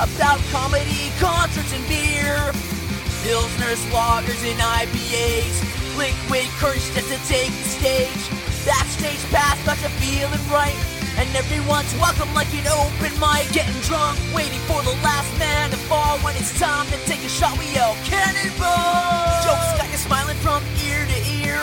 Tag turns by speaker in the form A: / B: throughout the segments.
A: about comedy, concerts, and beer. Pilsners, lagers, and IPAs. Liquid courage just to take the stage. Backstage pass, got you feeling right. And everyone's welcome like an open mic. Getting drunk, waiting for the last man to fall. When it's time to take a shot, we yell cannonball. Jokes got you smiling from ear to ear.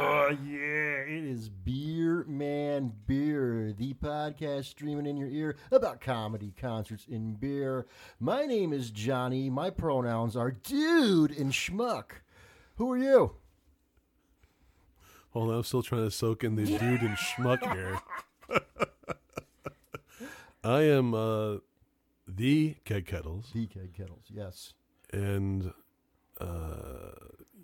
B: Oh yeah, it is Beer Man Beer, the podcast streaming in your ear about comedy, concerts, and beer. My name is Johnny. My pronouns are dude and schmuck. Who are you?
C: Hold on, I'm still trying to soak in the dude and schmuck air. I am uh, the Keg Kettles,
B: DK Kettles. Yes.
C: and uh,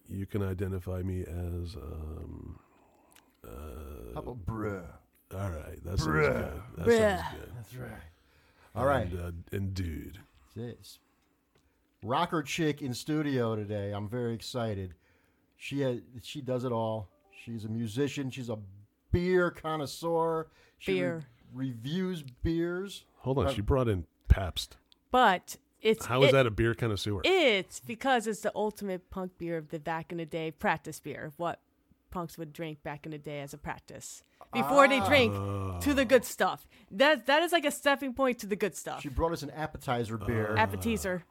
C: you can identify me as. Um,
B: How about bruh?
C: all right, that sounds good. That sounds good.
B: That's right. All right.
C: And, uh, and dude,
B: This rocker chick in studio today. I'm very excited. She has, she does it all. She's a musician. She's a beer connoisseur. She re-
D: Beer.
B: reviews beers.
C: hold on, she brought in Pabst.
D: But it's
C: How is
D: it-
C: that a beer connoisseur?
D: It's because it's the ultimate punk beer of the back in the day practice beer. What punks would drink back in the day as a practice before they drink to the good stuff. That that is like a stepping point to the good stuff.
B: She brought us an appetizer beer.
D: Uh-huh. Appetizer.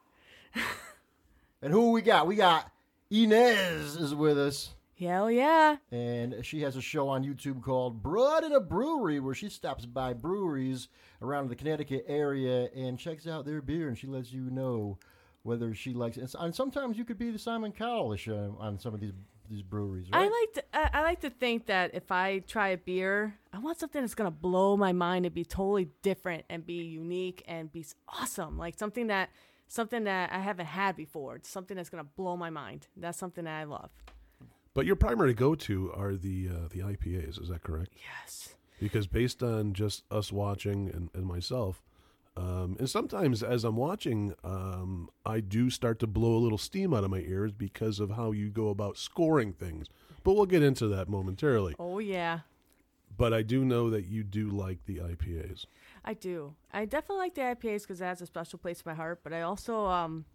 B: and who we got? We got Inez is with us.
D: Hell yeah.
B: And she has a show on YouTube called Broad in a Brewery, where she stops by breweries around the Connecticut area and checks out their beer, and she lets you know whether she likes it. And sometimes you could be the Simon Cowell-ish on on some of these these breweries,
D: I
B: right?
D: like to I, I like to think that if I try a beer, I want something that's gonna blow my mind and be totally different and be unique and be s- awesome. Like something that something that I haven't had before. It's something that's gonna blow my mind. That's something that I love.
C: But your primary go-to are the uh, the IPAs. Is that correct?
D: Yes.
C: because based on just us watching and, and myself um, and sometimes as i'm watching um, i do start to blow a little steam out of my ears because of how you go about scoring things but we'll get into that momentarily
D: Oh yeah.
C: but i do know that you do like the ipas
D: I do. I definitely like the IPAs because it has a special place in my heart. But I also, um,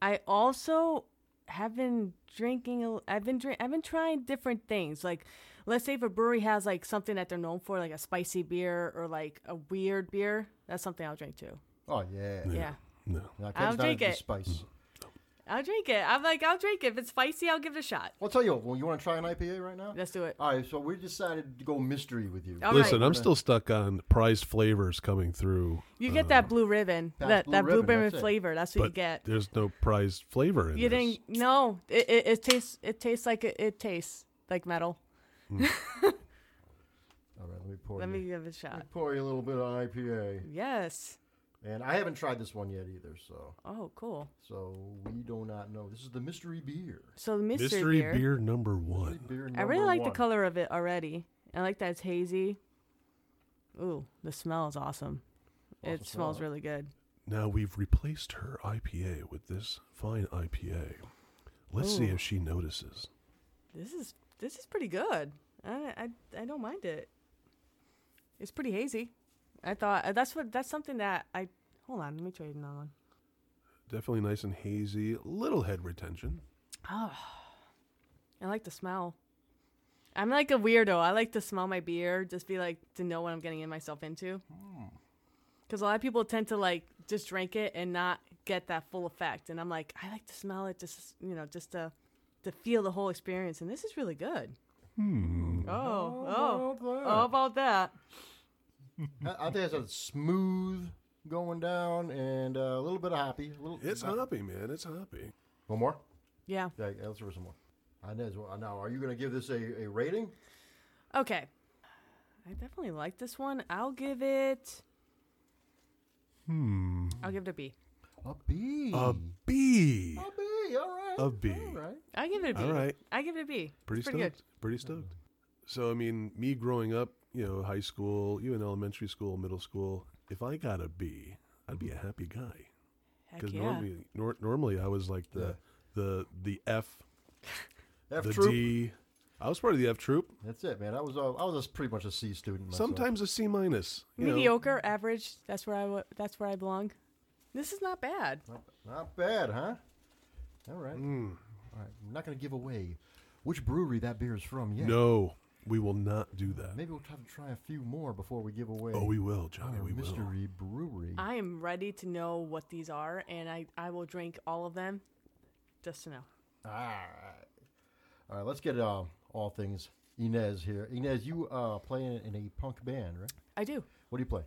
D: I also have been drinking. a- I've been drink. I've been trying different things. Like, let's say if a brewery has like something that they're known for, like a spicy beer or like a weird beer, that's something I'll drink too.
B: oh yeah,
D: Yeah,
C: no
B: Now, Ken's
D: I'll
B: not
D: drink
B: into
D: it.
B: Spice.
D: I'll drink it. I'm like, I'll drink it. If it's spicy, I'll give it a shot.
B: I'll tell you. Well, you want to try an IPA right now?
D: Let's do it.
B: All right. So we decided to go mystery with you.
D: All right.
C: listen i'm still stuck on prized flavors coming through uh,
D: You get that blue ribbon,
B: Uh, That's
D: that
B: blue
D: that blue
B: ribbon,
D: ribbon
B: that's it.
D: flavor. That's what you
C: but
D: get.
C: there's no prized flavor in
D: You
C: this.
D: didn't. No, it, it, it tastes. It tastes like it, it tastes like metal.
B: All right. Let me pour.
D: Let
B: you.
D: me give it a shot.
B: pour you a little bit on IPA.
D: Yes.
B: And I haven't tried this one yet either. So
D: Oh, cool.
B: so we do not know. This is the mystery beer.
D: So the mystery,
C: mystery
D: beer.
C: beer. number one
B: Beer
D: I really
B: number
D: like the
B: one.
D: color of it already. I like that it's hazy. Ooh, the smell is awesome. it smells really good.
C: Now we've replaced her IPA with this fine IPA. Let's
D: Oh.
C: see if she notices.
D: This is this is pretty good. I I I don't mind it. It's pretty hazy. I thought uh, that's what that's something that I hold on. Let me try another one.
C: Definitely nice and hazy, little head retention.
D: I like the smell. I'm like a weirdo. I like to smell my beer, just be like to know what I'm getting in myself into. Because a lot of people tend to like just drink it and not get that full effect. And I'm like, I like to smell it, just you know, just to to feel the whole experience. And this is really good. Hmm. Oh, oh, oh, about that.
B: I, I think it's a smooth going down and uh, a little bit of hoppy. A little,
C: It's
B: uh,
C: hoppy, man. It's hoppy.
B: One more?
D: Yeah.
B: Yeah, yeah, let's hear some more. Inez, well, now, are you going to give this a, a rating?
D: Okay. I definitely like this one. I'll give it. Hmm. I'll give it a B.
B: A B.
C: A B.
D: Oh,
B: A B, all right.
C: A B.
B: All right.
D: I give it a B.
C: All right.
D: I give it a B. It's
C: Pretty
D: pretty
C: stoked. Pretty stoked. So I mean, me growing up, you know, high school, even elementary school, middle school, if I got a B, I'd be a happy guy.
D: good. Mm-hmm. Heck
C: Because
D: yeah.
C: normally, nor- normally I was like the the the F,
B: F
C: the
B: troop.
C: D. I was part of the F troop.
B: That's it, man. I was a, I was just pretty much a C student. Myself.
C: Sometimes a C minus. you know.
D: Mediocre, average. That's where I. W- that's where I belong. This is not bad.
B: Not, not bad, huh? All right.
C: Mm.
B: All right. I'm not going to give away which brewery that beer is from yet.
C: No, we will not do that.
B: Maybe we'll try to try a few more before we give away
C: Oh, we will, Johnny.
B: our
C: We will.
B: mystery brewery.
D: I am ready to know what these are, and I, I will drink all of them just to know.
B: All right. All right. Let's get uh, all things Inez here. Inez, you uh, play in, in a punk band, right?
D: I do.
B: What do you play?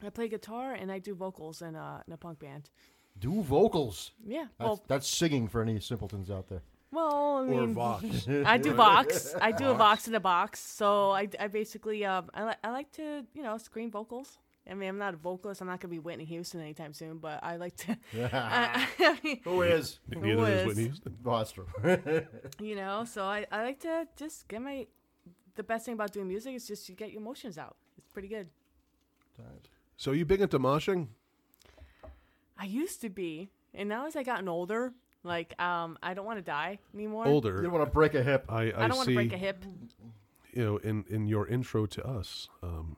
D: I play guitar and I do vocals in a, in a punk band.
B: Do vocals.
D: Yeah.
B: That's,
D: Well,
B: that's singing for any simpletons out there.
D: well, I
C: Or
D: mean,
C: Vox.
D: I do vox. I do a vox in a box. So I, I basically um I, li- I like to you know scream vocals. I mean, I'm not a vocalist. I'm not gonna be Whitney Houston anytime soon, but I like to. I,
C: Ah.
D: I mean,
B: Who is?
C: Neither is
D: was-
C: Whitney Houston.
B: Oh, that's true.
D: you know, so I, I like to just get my. The best thing about doing music is just you get your emotions out. It's pretty good.
C: So you big into moshing?
D: I used to be, and now as I gotten older, like um, I don't want to die anymore.
B: you
C: Older.
B: don't want to break a hip.
C: I, I,
D: I don't want
C: see,
D: to break a hip.
C: you know, in, in your intro to us, um,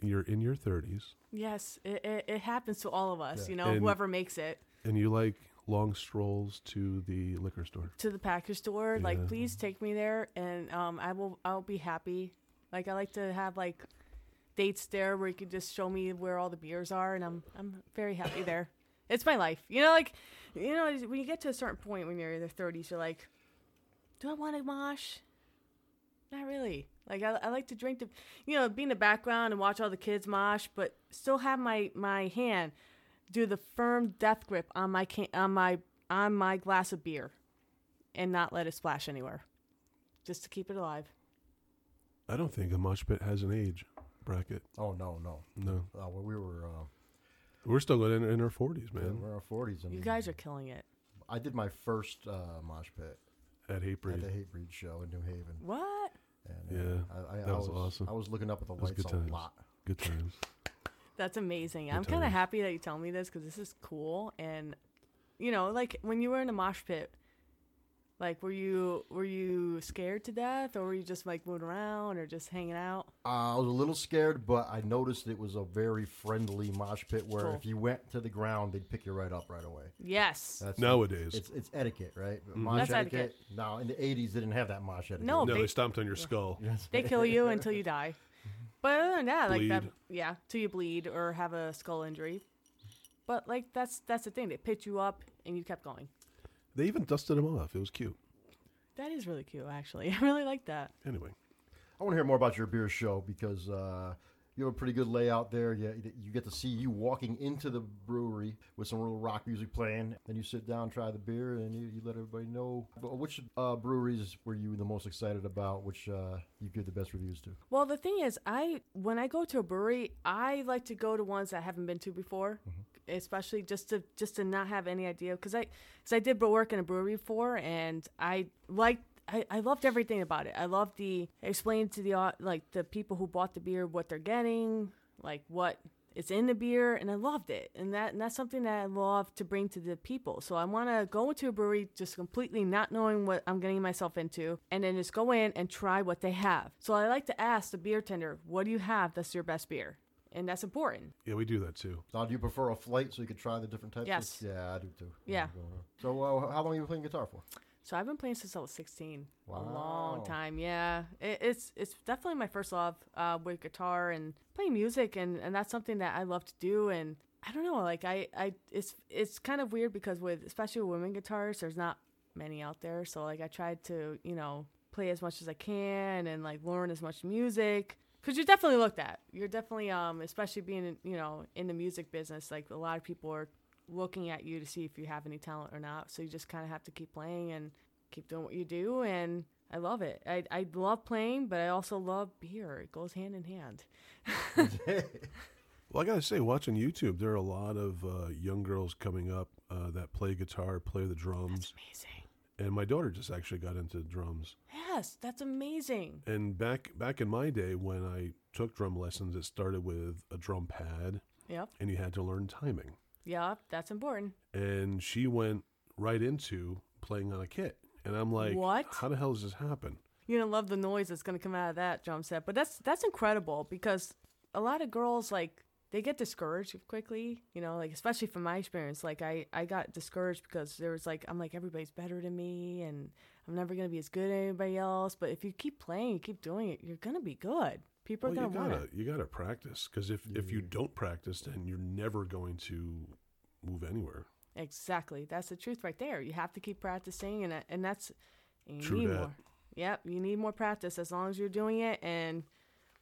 C: you're in your 30s
D: Yes, it, it, it happens to all of us. You know,
C: And-
D: whoever makes it
C: and you like long strolls to the liquor store.
D: to the Packer store,
C: Yeah.
D: like please take me there, and um, I will I'll be happy. Like I like to have like dates there where you could just show me where all the beers are, and I'm I'm very happy there. It's my life. You know, like you know when you get to a certain point when you're in their thirties, you're like, do I want to mosh? Not really. Like I, I like to drink the, you know, be in the background and watch all the kids mosh, but still have my my hand do the firm death grip on my can on my on my glass of beer, and not let it splash anywhere, just to keep it alive.
C: I don't think a mosh pit has an age bracket.
B: Oh, no, no.
C: No.
B: Uh, well, we were uh,
C: We're still in, in our 40s,
B: yeah,
C: man,
B: we're in our forties, and
D: You guys are killing it.
B: I did my first uh, mosh pit
C: at
B: at
C: Hatebreed.
B: the Hate Breed show in New Haven.
D: What?
B: And,
C: Yeah,
B: uh, I, I,
C: that
B: I
C: was awesome.
B: I was looking up at the
C: was
B: lights
C: good
B: a
C: times.
B: lot.
C: Good times.
D: That's amazing. I'm
C: Good
D: kind of
C: times.
D: happy that you tell me this because this is cool. And you know, like when you were in a mosh pit, like were you were you scared to death, or were you just like moving around, or just hanging out?
B: Uh, I was a little scared, but I noticed it was a very friendly mosh pit where
D: Cool.
B: if you went to the ground, they'd pick you right up right away.
D: Yes.
B: That's
C: Nowadays.
B: it's it's etiquette, right?
C: Mm-hmm.
B: Mosh
D: That's
B: etiquette.
D: etiquette.
B: No, in the '80s they didn't have that mosh etiquette.
D: No,
C: no,
D: they-
C: they stomped on your skull.
D: they kill you until you die. But other than that, like that,
C: Bleed.
D: yeah, till you bleed or have a skull injury. But like that's that's the thing. They picked you up and you kept going.
C: They even dusted him off. It was cute.
D: That is really cute, actually. I really like that.
C: Anyway,
B: I want to hear more about your beer show because uh, you have a pretty good layout there. You, you get to see you walking into the brewery with some little rock music playing. Then you sit down, try the beer, and you, you let everybody know. But which uh, breweries were you the most excited about, which uh, you give the best reviews to?
D: Well, the thing is, I when I go to a brewery, I like to go to ones that I haven't been to before, especially just to just to not have any idea because I because I did work in a brewery before and I liked. I, I loved everything about it. I loved the explaining to the au- like the people who bought the beer what they're getting, like what is in the beer, and I loved it. And that and that's something that I love to bring to the people. So I want to go into a brewery just completely not knowing what I'm getting myself into, and then just go in and try what they have. So I like to ask the beer tender, "What do you have that's your best beer?" And that's important.
C: yeah, we do that too.
B: Now, do you prefer a flight so you could try the different types? of-
D: Yes.
B: yeah, I do too.
D: Yeah.
B: So, uh, how long have you been playing guitar for?
D: So I've been playing since I was 16. A
B: Wow.
D: long time, yeah. It, it's it's definitely my first love uh, with guitar and playing music, and, and that's something that I love to do. And I don't know, like I, I it's it's kind of weird because with especially with women guitarists, there's not many out there. So like I tried to you know play as much as I can and like learn as much music. Cause you're definitely looked at. You're definitely, um, especially being, in, you know, in the music business. Like a lot of people are looking at you to see if you have any talent or not. So you just kind of have to keep playing and keep doing what you do, and I love it. I I love playing, but I also love beer. It goes hand in hand.
C: Well, I gotta say, watching YouTube, there are a lot of uh, young girls coming up uh, that play guitar, play the drums,
D: Amazing.
C: and my daughter just actually got into drums.
D: Yes, that's amazing.
C: And back back in my day, when I took drum lessons, it started with a drum pad,
D: Yep.
C: and you had to learn timing.
D: Yep. That's important.
C: And she went right into playing on a kit, and I'm like,
D: What?
C: How the hell does this happen?
D: You're gonna love the noise that's gonna come out of that drum set. But that's that's incredible because a lot of girls like they get discouraged quickly, you know, like especially from my experience. Like I, I got discouraged because there was like I'm like everybody's better than me and I'm never gonna be as good as anybody else. But if you keep playing, you keep doing it, you're gonna be good. People
C: Well,
D: are
C: you
D: gonna want
C: gotta
D: it.
C: you gotta practice because if if you don't practice, then you're never going to move anywhere.
D: Exactly. That's the truth right there. You have to keep practicing and that- and that's and you
C: True
D: need
C: that.
D: more. Yep, you need more practice as long as you're doing it and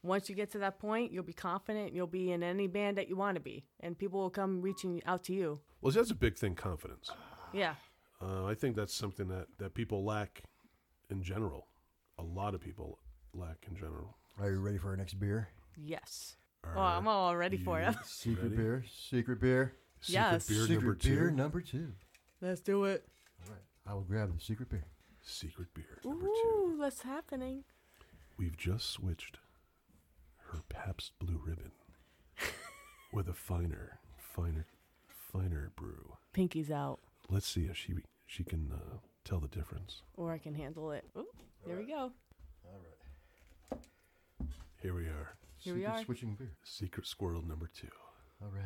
D: once you get to that point, you'll be confident and you'll be in any band that you want to be and people will come reaching out to you.
C: Well, see, that's a big thing, confidence.
D: Yeah.
C: Uh, I think that's something that, that people lack in general. A lot of people lack in general.
B: Are you ready for our next beer?
D: Yes. Oh, I'm all ready for
C: you-
D: it.
B: Secret
C: Ready?
B: beer. Secret beer.
C: Secret
D: Yes.
C: beer
B: secret
C: number two.
B: beer number two.
D: Let's do it.
B: All right. I will grab the secret beer.
C: secret beer number two.
D: Ooh, that's happening.
C: We've just switched her Pabst Blue Ribbon with a finer, finer, finer brew.
D: Pinky's out
C: Let's see if she she can uh, tell the difference.
D: or I can handle it. Ooh, there we go.
C: Here we are.
D: Here we
B: secret
D: are.
B: Switching beer.
C: Secret Squirrel number two.
B: All right.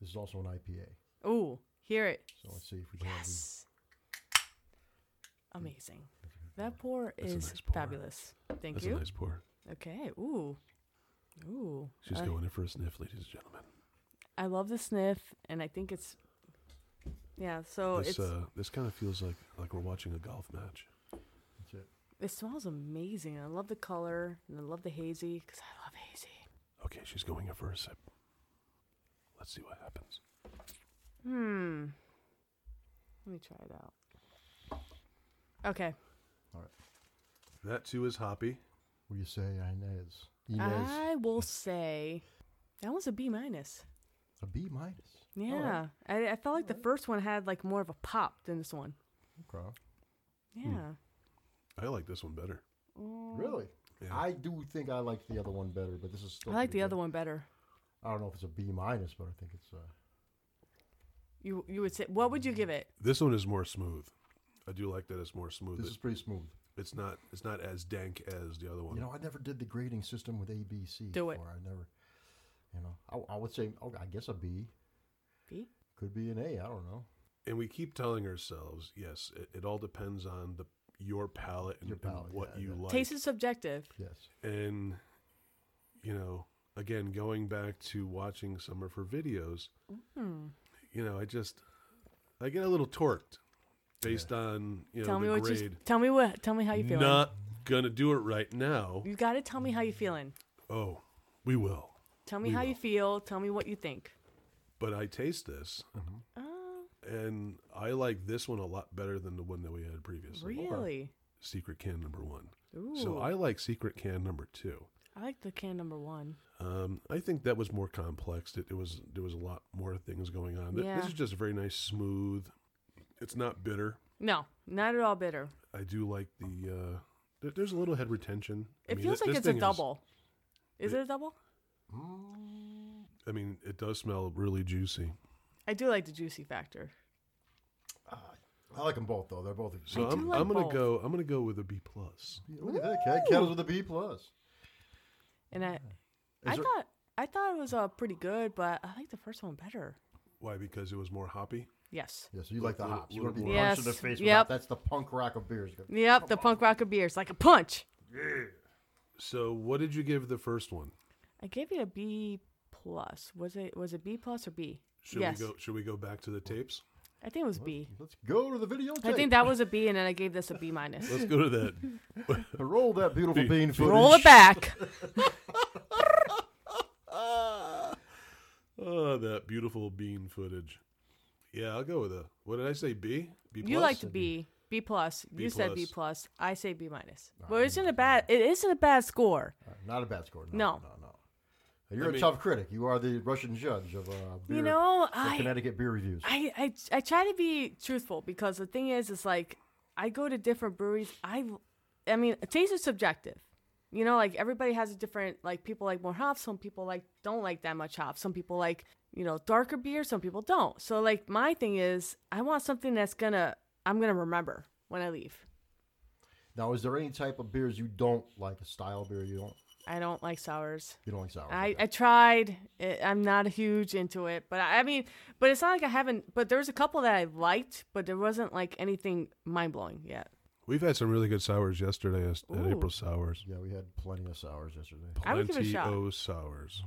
B: This is also an IPA.
D: Ooh, hear it.
B: So let's see if we can have these.
D: Yes. Amazing. That pour
C: That's a
D: is
C: nice pour.
D: fabulous. Thank
C: That's
D: you.
C: a nice pour.
D: Okay. Ooh. Ooh.
C: She's
D: I,
C: going in for a sniff, ladies and gentlemen.
D: I love the sniff, and I think it's. Yeah. So
C: this
D: oh, it's.
C: uh, this kind of feels like like we're watching a golf match.
B: That's it.
D: it smells amazing. I love the color, and I love the hazy because I love hazy.
C: Okay, she's going in for a sip. Let's see what happens.
D: Hmm. Let me try it out. Okay.
C: That too is hoppy.
B: What do you say, Inez? Inez.
D: I will say that was a B minus.
B: A B minus.
D: Yeah. I, I felt like the first one had like more of a pop than this one.
B: Okay.
D: Yeah.
C: I like this one better.
B: Really?
C: Yeah.
B: I do think I liked the other one better, but this is still.
D: I like the
B: pretty
D: other
B: good.
D: one better.
B: I don't know if it's a B minus, but I think it's. Uh,
D: You you would say what would you give it?
C: This one is more smooth. I do like that it's more smooth.
B: this is pretty smooth.
C: It's not it's not as dank as the other one.
B: You know, I never did the grading system with A, B, C.
D: Do it.
B: before. I never. You know, I, I would say, oh, I guess a B
D: B?
B: could be an A. I don't know.
C: and we keep telling ourselves, yes, it, it all depends on the your palate and,
B: Your
C: and
B: palate,
C: what
B: yeah,
C: you
B: yeah.
C: like.
D: Taste is subjective.
B: Yes.
C: and you know again going back to watching some of her videos
D: Mm.
C: you know i just i get a little torqued based on you know
D: tell
C: the
D: me what you
C: grade
D: tell me what tell me how you feeling.
C: not gonna do it right now
D: You gotta tell me how you feeling.
C: oh we will
D: Tell me how you feel, tell me what you think.
C: but i taste this
D: Oh,
C: and i like this one a lot better than the one that we had previously
D: really?
C: secret can number one
D: Ooh.
C: so i like secret can number two
D: I like the can number one.
C: Um, I think that was more complex. It, it was there was a lot more things going on. Th- This
D: Yeah.
C: is just very nice, smooth. It's not bitter.
D: No, not at all bitter.
C: I do like the. Uh, there- there's a little head retention. I
D: It
C: mean,
D: feels
C: thi-
D: like
C: this
D: it's a
C: thing is-
D: double. Is, it a double?
C: I mean, it does smell really juicy.
D: I do like the juicy factor.
B: I like them both though. They're both.
C: So
D: I
C: I'm,
D: do like
C: I'm gonna
D: both.
C: go. I'm gonna go with a B plus.
B: Look at that. Cat kettles with a B plus.
D: And I
B: Is
D: I
B: there-
D: thought I thought it was uh, pretty good, but I like the first one better.
C: Why? Because it was more hoppy.
D: Yes.
B: Yeah, so you like the
C: Little-
B: hops. You want to be
C: little
D: more.
B: punched in the
D: Yes.
B: face. with
D: Yep.
B: hop. That's the punk rock of beers.
D: Yep, the punk rocker beer is like a punch.
C: So what did you give the first one?
D: I gave it a B plus. Was it was it B plus or B?
C: Should
D: yes,
C: we go? Should we go back to the tapes?
D: I think it was B.
B: Let's go to the video.
D: I think that was a B, and then I gave this a B minus.
C: Let's go to that.
B: roll that beautiful bean footage.
D: Roll it back.
C: oh, Ah, that beautiful bean footage. Yeah, I'll go with a. What did I say? B. B plus.
D: You liked B. B plus. you said B
C: plus.
D: plus. I say B minus. Well, it isn't a bad. It isn't a bad score.
B: Uh, Not a bad score. No.
D: No.
B: No, no. You're
C: I
B: a
C: mean-
B: tough critic. You are the Russian judge of uh, beer,
D: You know,
B: of
D: I,
B: Connecticut beer reviews.
D: I I I try to be truthful because the thing is, is like I go to different breweries. I I mean, taste is subjective. You know, like everybody has a different like people like more hops. Some people like don't like that much hops. Some people like you know darker beer. Some people don't. So like my thing is, I want something that's gonna I'm gonna remember when I leave.
B: now, is there any type of beers you don't like? A style beer you don't
D: I don't like sours.
B: you don't like sour?
D: I, I tried. It, I'm not huge into it, but I, I mean, but it's not like I haven't. But there was a couple that I liked, but there wasn't like anything mind blowing yet.
C: We've had some really good sours yesterday at, at
D: Ooh.
C: April Sours.
B: yeah, we had plenty of sours yesterday.
D: I would give it a
C: Plenty
D: shot.
C: o sours.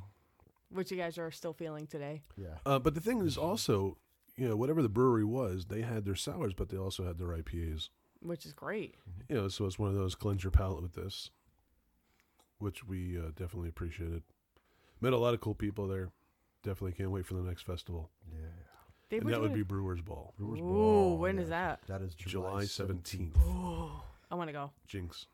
D: Which you guys are still feeling today.
B: Yeah.
C: Uh, but the thing is also, you know, whatever the brewery was, they had their sours, but they also had their IPAs.
D: which is great.
C: You know, so it's one of those cleanse your palate with this, which we uh, definitely appreciated. Met a lot of cool people there. Definitely can't wait for the next festival.
B: Yeah.
D: They
C: And
D: were
C: that would be
D: doing-
C: Brewers Ball.
B: Brewers
D: Ooh,
B: Ball,
D: when is that?
B: That is
C: July
B: July,
C: 17th.
D: I want to go.
C: Jinx.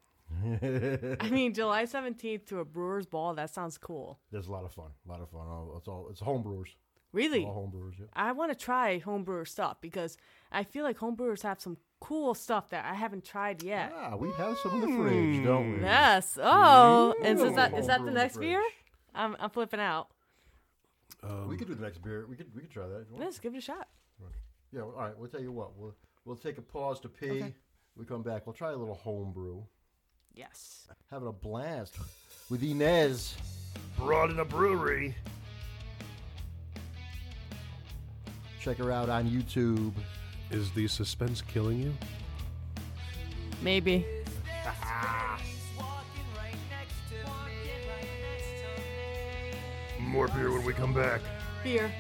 D: I mean, July 17th to a Brewers Ball. That sounds cool.
B: There's a lot of fun. A lot of fun. All, it's all it's homebrewers.
D: Really,
C: Oh.
B: All homebrewers. Yeah.
D: I want to try homebrewer stuff because I feel like homebrewers have some cool stuff that I haven't tried yet.
B: Ah, we have some in the fridge, don't we?
D: Yes. Oh, and so is that is that
B: Homebrew
D: the
B: in
D: next
B: fridge.
D: beer? I'm I'm flipping out.
B: we could do the next beer. We could we could try that. if you want.
D: Let's give it a shot.
B: Yeah. well, All right. We'll tell you what. We'll we'll take a pause to pee. We come back. We'll try a little homebrew.
D: Yes.
B: Having a blast with Inez. Brought in a brewery. Check her out on YouTube.
C: Is the suspense killing you?
D: Maybe.
C: More beer when we come back.
D: Beer.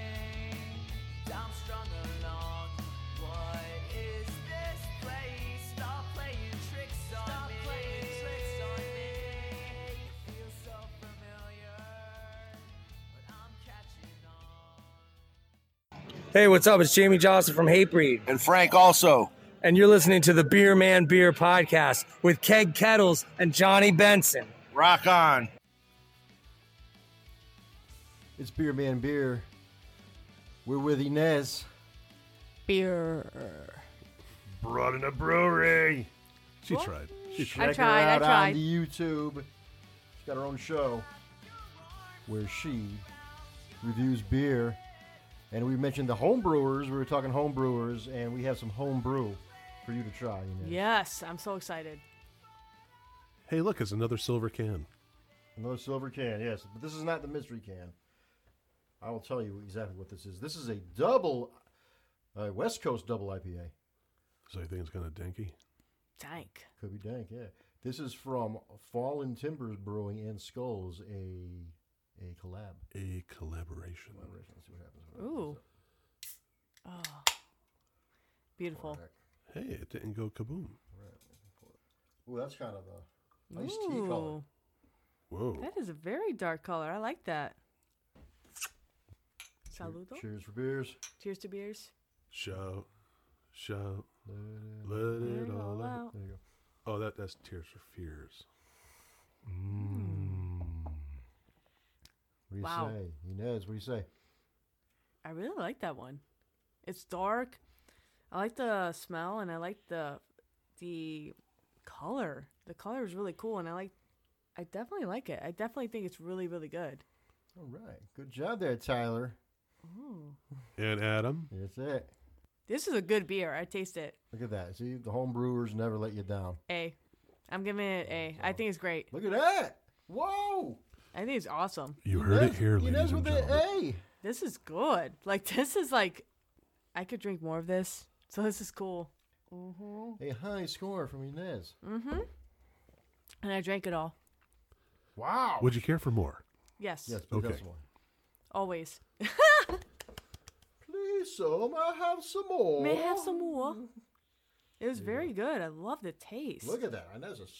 E: Hey, what's up? It's Jamie Johnson from Hatebreed,
F: and Frank also.
E: and you're listening to the Beer Man Beer Podcast with Keg Kettles and Johnny Benson.
F: Rock on.
B: It's Beer Man Beer. We're with Inez.
D: Beer.
C: Brought in a brewery. She
D: What?
C: tried. She tried.
D: I
B: Check
D: tried.
B: her
D: I
B: out
D: tried.
B: on the YouTube. She's got her own show where she reviews beer. And we mentioned the homebrewers. We were talking homebrewers, and we have some homebrew for you to try. Inez.
D: Yes, I'm so excited.
C: Hey, look, it's another silver can.
B: Another silver can, yes. But this is not the mystery can. I will tell you exactly what this is. This is a double, uh, West Coast double IPA.
C: So I think it's kind of danky.
D: Tank.
B: Could be dank, yeah. This is from Fallen Timbers Brewing and Skulls, a a collab.
C: A collaboration.
B: Let's see what happens.
D: Ooh. Oh. Beautiful.
C: Hey, it didn't go kaboom.
B: Ooh, that's kind of a iced tea color.
D: Ooh.
C: Whoa.
D: That is a very dark color. I like that. Saludo.
B: Cheers for beers.
D: Cheers to beers.
C: Shout, shout, let it all out.
D: Wow.
B: There you go.
C: Oh, that, that's Tears for Fears.
B: What do you
D: Wow.
B: say? Inez, what do you say?
D: I really like that one. It's dark. I like the smell and I like the the color. The color is really cool and I like I definitely like it. I definitely think it's really really good.
B: All right. Good job there, Tyler.
C: And Adam.
B: That's it.
D: This is a good beer. I taste it.
B: Look at that. See, the home brewers never let you down.
D: A. I'm giving it an A. I think it's great.
B: Look at that. Whoa.
D: I think it's awesome.
C: You heard it here,
B: Inez
C: ladies and
B: with
C: gentlemen.
B: an A.
D: This is good. Like this is like I could drink more of this. So this is cool.
B: A high score from Inez.
D: And I drank it all.
B: Wow.
C: Would you care for more?
D: Yes.
B: Yes, please have
C: Okay.
B: some more.
D: Always.
B: Please, some. I have some more.
D: May I have some more? It was very good. I love the taste.
B: Look at that. Inez just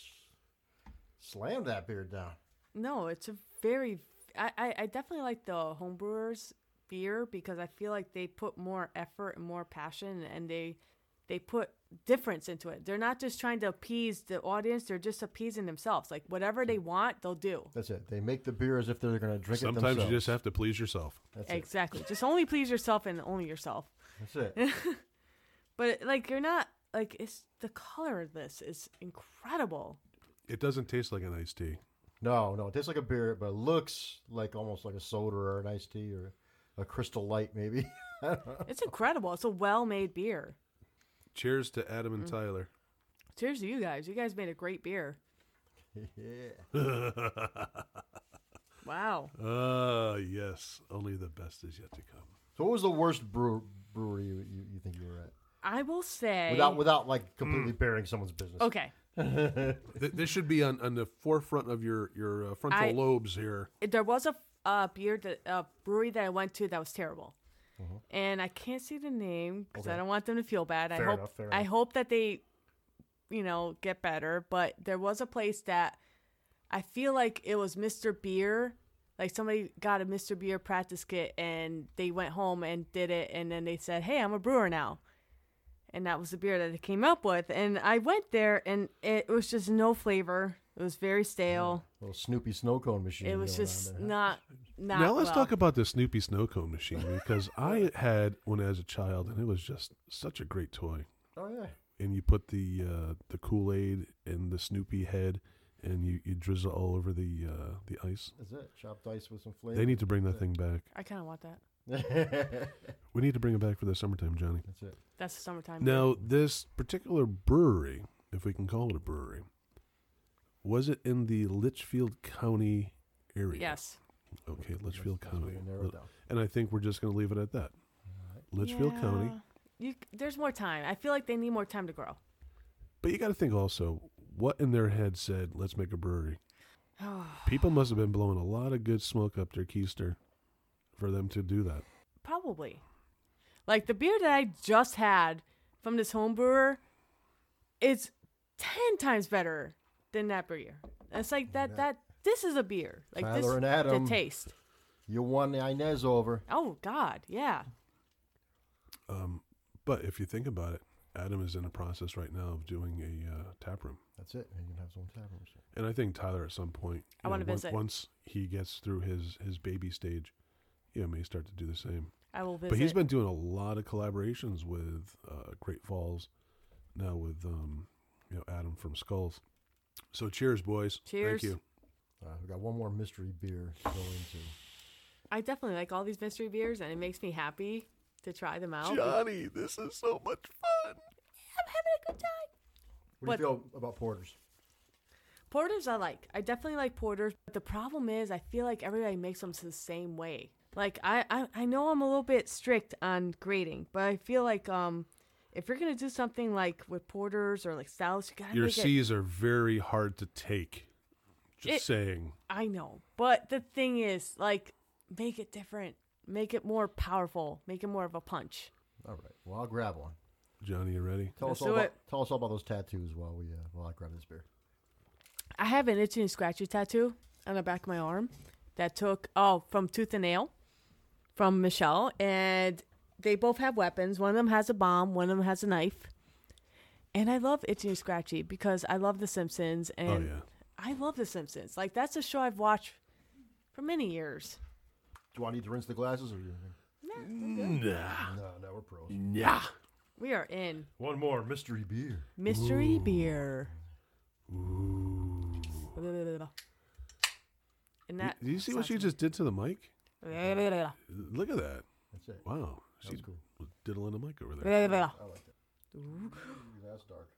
B: slammed that beer down.
D: No, it's a very. I, I, I definitely like the homebrewers beer because I feel like they put more effort and more passion and they they put difference into it. They're not just trying to appease the audience, they're just appeasing themselves. Like whatever they want, they'll do.
B: That's it. They make the beer as if they're going to drink it
C: Sometimes
B: themselves.
C: you just have to please yourself.
B: That's it.
D: Exactly. Just only please yourself and only yourself.
B: That's it.
D: But like you're not like it's the color of this is incredible.
C: It doesn't taste like an iced tea.
B: No, no, it tastes like a beer, but it looks like almost like a soda or an iced tea or a crystal light, maybe.
D: It's incredible. It's a well-made beer.
C: Cheers to Adam
D: Mm.
C: and Tyler.
D: Cheers to you guys. You guys made a great beer. Yeah. wow.
C: Ah, yes. Only the best is yet to come.
B: so, what was the worst brew- brewery you, you, you think you were at?
D: I will say
B: Without, without like completely burying someone's business.
D: Mm. Okay.
C: Th- this should be on, on the forefront of your your uh, frontal
D: I-
C: lobes here.
D: There was a uh, beer that a brewery that I went to that was terrible.
B: Mm-hmm.
D: And I can't say the name because I don't want them to feel bad. I
B: Fair
D: hope
B: enough, fair
D: I
B: enough.
D: hope that they, you know, get better. But there was a place that I feel like it was Mr. Beer. Like somebody got a Mr. Beer practice kit and they went home and did it. And then they said, "Hey, I'm a brewer now." and that was the beer that they came up with. And I went there, and it was just no flavor. It was very stale.
B: little Snoopy snow cone machine.
D: It was
B: going on
D: just
B: there.
D: not not.
C: Now let's
D: well.
C: talk about the Snoopy snow cone machine because I had one as a child and it was just such a great toy.
B: Oh yeah.
C: And you put the uh, the Kool Aid and the Snoopy head and you, you drizzle all over the uh, the ice.
B: That's it. Chopped ice with some flavor.
C: They need to bring that thing back.
D: I kind of want that.
C: We need to bring it back for the summertime, Johnny.
B: That's it.
D: That's the summertime. beer.
C: Now, this particular brewery, if we can call it a brewery, was it in the Litchfield County area?
D: Yes.
C: Okay, Litchfield County.
B: we'll narrow it down.
C: And I think we're just going to leave it at that. Litchfield County.
D: Yeah. You, c- there's more time. I feel like they need more time to grow.
C: But you got to think also what in their head said, let's make a brewery. People must have been blowing a lot of good smoke up their keister for them to do that.
D: Probably. Like the beer that I just had from this home brewer is 10 times better than that beer. It's like that, that, this is a beer. Like this,
B: Tyler and Adam.
D: the taste.
B: You won the Inez over.
D: Oh, God. Yeah.
C: But if you think about it, Adam is in the process right now of doing a uh, tap room.
B: That's it. And you can have some tavern. So.
C: And I think Tyler, at some point, you know,
D: I wanna
C: on-
D: visit.
C: once he gets through his his baby stage, you know, may start to do the same.
D: I will visit.
C: But he's been doing a lot of collaborations with uh, Great Falls, now with um, you know Adam from Skulls. So cheers, boys!
D: Cheers.
C: Thank you.
B: All right, we got one more mystery beer to go into.
D: I definitely like all these mystery beers, and it makes me happy to try them out.
C: Johnny, this is so much fun.
B: What do you feel about porters?
D: Porters I like. I definitely like porters, but the problem is I feel like everybody makes them the same way. Like I, I, I know I'm a little bit strict on grading, but I feel like um if you're gonna do something like with porters or like stouts, you gotta
C: Your
D: make it.
C: C's are very hard to take. Just
D: It-
C: saying.
D: I know, but the thing is, like, make it different, make it more powerful, make it more of a punch.
B: All right. Well, I'll grab one.
C: Johnny, you ready?
B: Tell
D: Let's
B: us all
D: do
B: about,
D: it.
B: tell us all about those tattoos while we uh, while I grab this beer.
D: I have an itchy and scratchy tattoo on the back of my arm that took oh from Tooth and Nail from Michelle, and they both have weapons. One of them has a bomb, one of them has a knife. And I love itchy and scratchy because I love The Simpsons, and
C: Oh, yeah.
D: I love The Simpsons. Like that's a show I've watched for many years.
B: Do I need to rinse the glasses or you?
C: Nah.
B: No, no, we're pros.
C: Nah.
D: We are in
B: One more mystery beer.
D: mystery beer. And that
C: Do you see what she just did to the mic?
D: Blah,
C: Look at that.
B: That's it.
C: Wow. She
B: was cool.
C: was diddling the mic over there.
D: blah, blah.
B: Ooh, That's dark.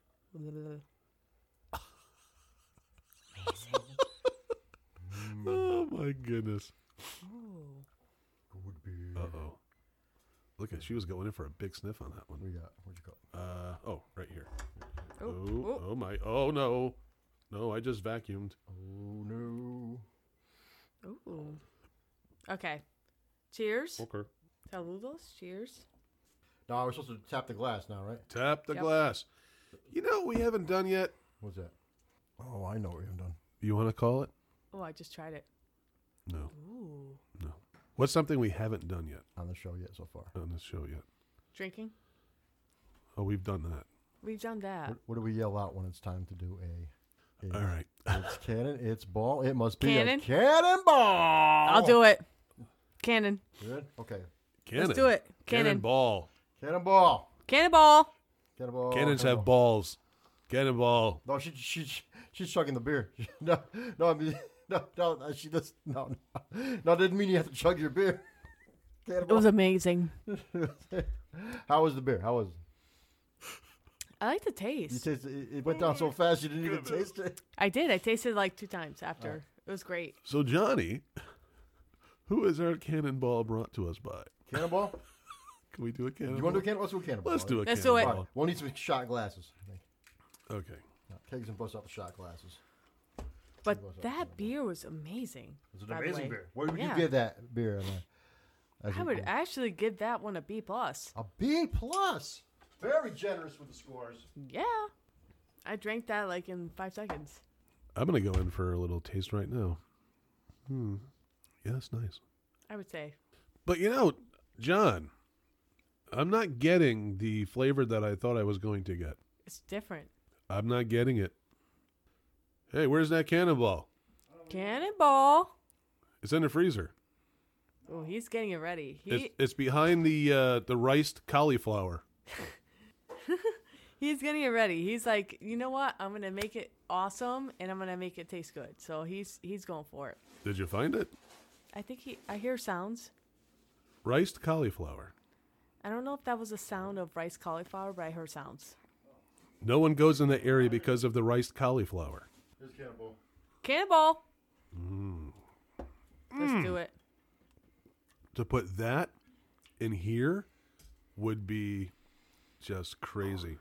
C: Oh my goodness.
B: Good beer.
C: Uh oh. Look at she was going in for a big sniff on that one.
B: We got what you call it?
C: Uh oh, right here. Oh, oh my oh no. No, I just vacuumed.
B: Oh no.
D: Ooh. Okay. Cheers.
B: Oh.
C: Okay.
D: Saludos. Cheers.
B: No, we're supposed to tap the glass now, right?
C: Tap the
D: Yep.
C: glass. You know what we haven't done yet.
B: What's that? Oh, I know what you've done.
C: You wanna call it?
D: Oh, I just tried it.
C: No.
D: Ooh.
C: No. What's something we haven't done yet
B: On the show yet so far?
C: on this show yet?
D: Drinking?
C: Oh, we've done that.
D: We've done that.
B: What do we yell out when it's time to do a? a
C: All right.
B: It's cannon. It's ball. It must be
D: Cannon?
B: a cannonball.
D: I'll do it. Cannon.
B: Good. Okay.
C: Cannon.
D: Let's do it. Cannon.
C: Cannonball.
B: Cannonball.
D: Cannonball.
B: Cannonball.
C: Cannons
B: cannonball.
C: have balls. Cannonball.
B: No, she, she she she's chugging the beer. No, no, I mean, no, no, she does no, no, no. I Didn't mean you have to chug your beer.
D: It was amazing.
B: How was the beer? How was it?
D: I like the
B: You
D: taste.
B: tasted, it, it went down so fast you didn't even taste it.
D: I did. I tasted like two times after. It was great.
C: So Johnny, who is our cannonball brought to us by?
B: Cannonball.
C: Can we do a cannonball?
B: You want to do a cannonball? Let's do a cannonball.
C: Let's do a
D: Let's do it.
B: All right,
C: cannonball.
B: we'll need some shot glasses.
C: Okay.
B: Kegs and bust out the shot glasses.
D: But that beer was amazing.
B: It's an
D: by the
B: amazing
D: way.
B: beer. What would
D: Yeah.
B: you give that beer? Emma? As
D: I
B: a-
D: would actually give that one a B plus.
B: a B plus. Very generous with the scores.
D: Yeah. I drank that like in five seconds.
C: I'm gonna go in for a little taste right now. Hmm. Yeah, that's nice.
D: I would say.
C: But you know, John, I'm not getting the flavor that I thought I was going to get.
D: It's different.
C: I'm not getting it. Hey, where's that cannonball?
D: Cannonball.
C: It's in the freezer.
D: Oh, he's getting it ready. He
C: It's, it's behind the uh, the riced cauliflower.
D: he's getting it ready. He's like, you know what? I'm gonna make it awesome and I'm gonna make it taste good. So he's he's going for it.
C: Did you find it?
D: I think he I hear sounds.
C: Riced cauliflower.
D: I don't know if that was a sound of rice cauliflower, but I heard sounds.
C: No one goes in the area because of the riced cauliflower.
B: Here's Cannonball.
D: Cannonball.
C: Mm.
D: Let's do it.
C: To put that in here would be just crazy.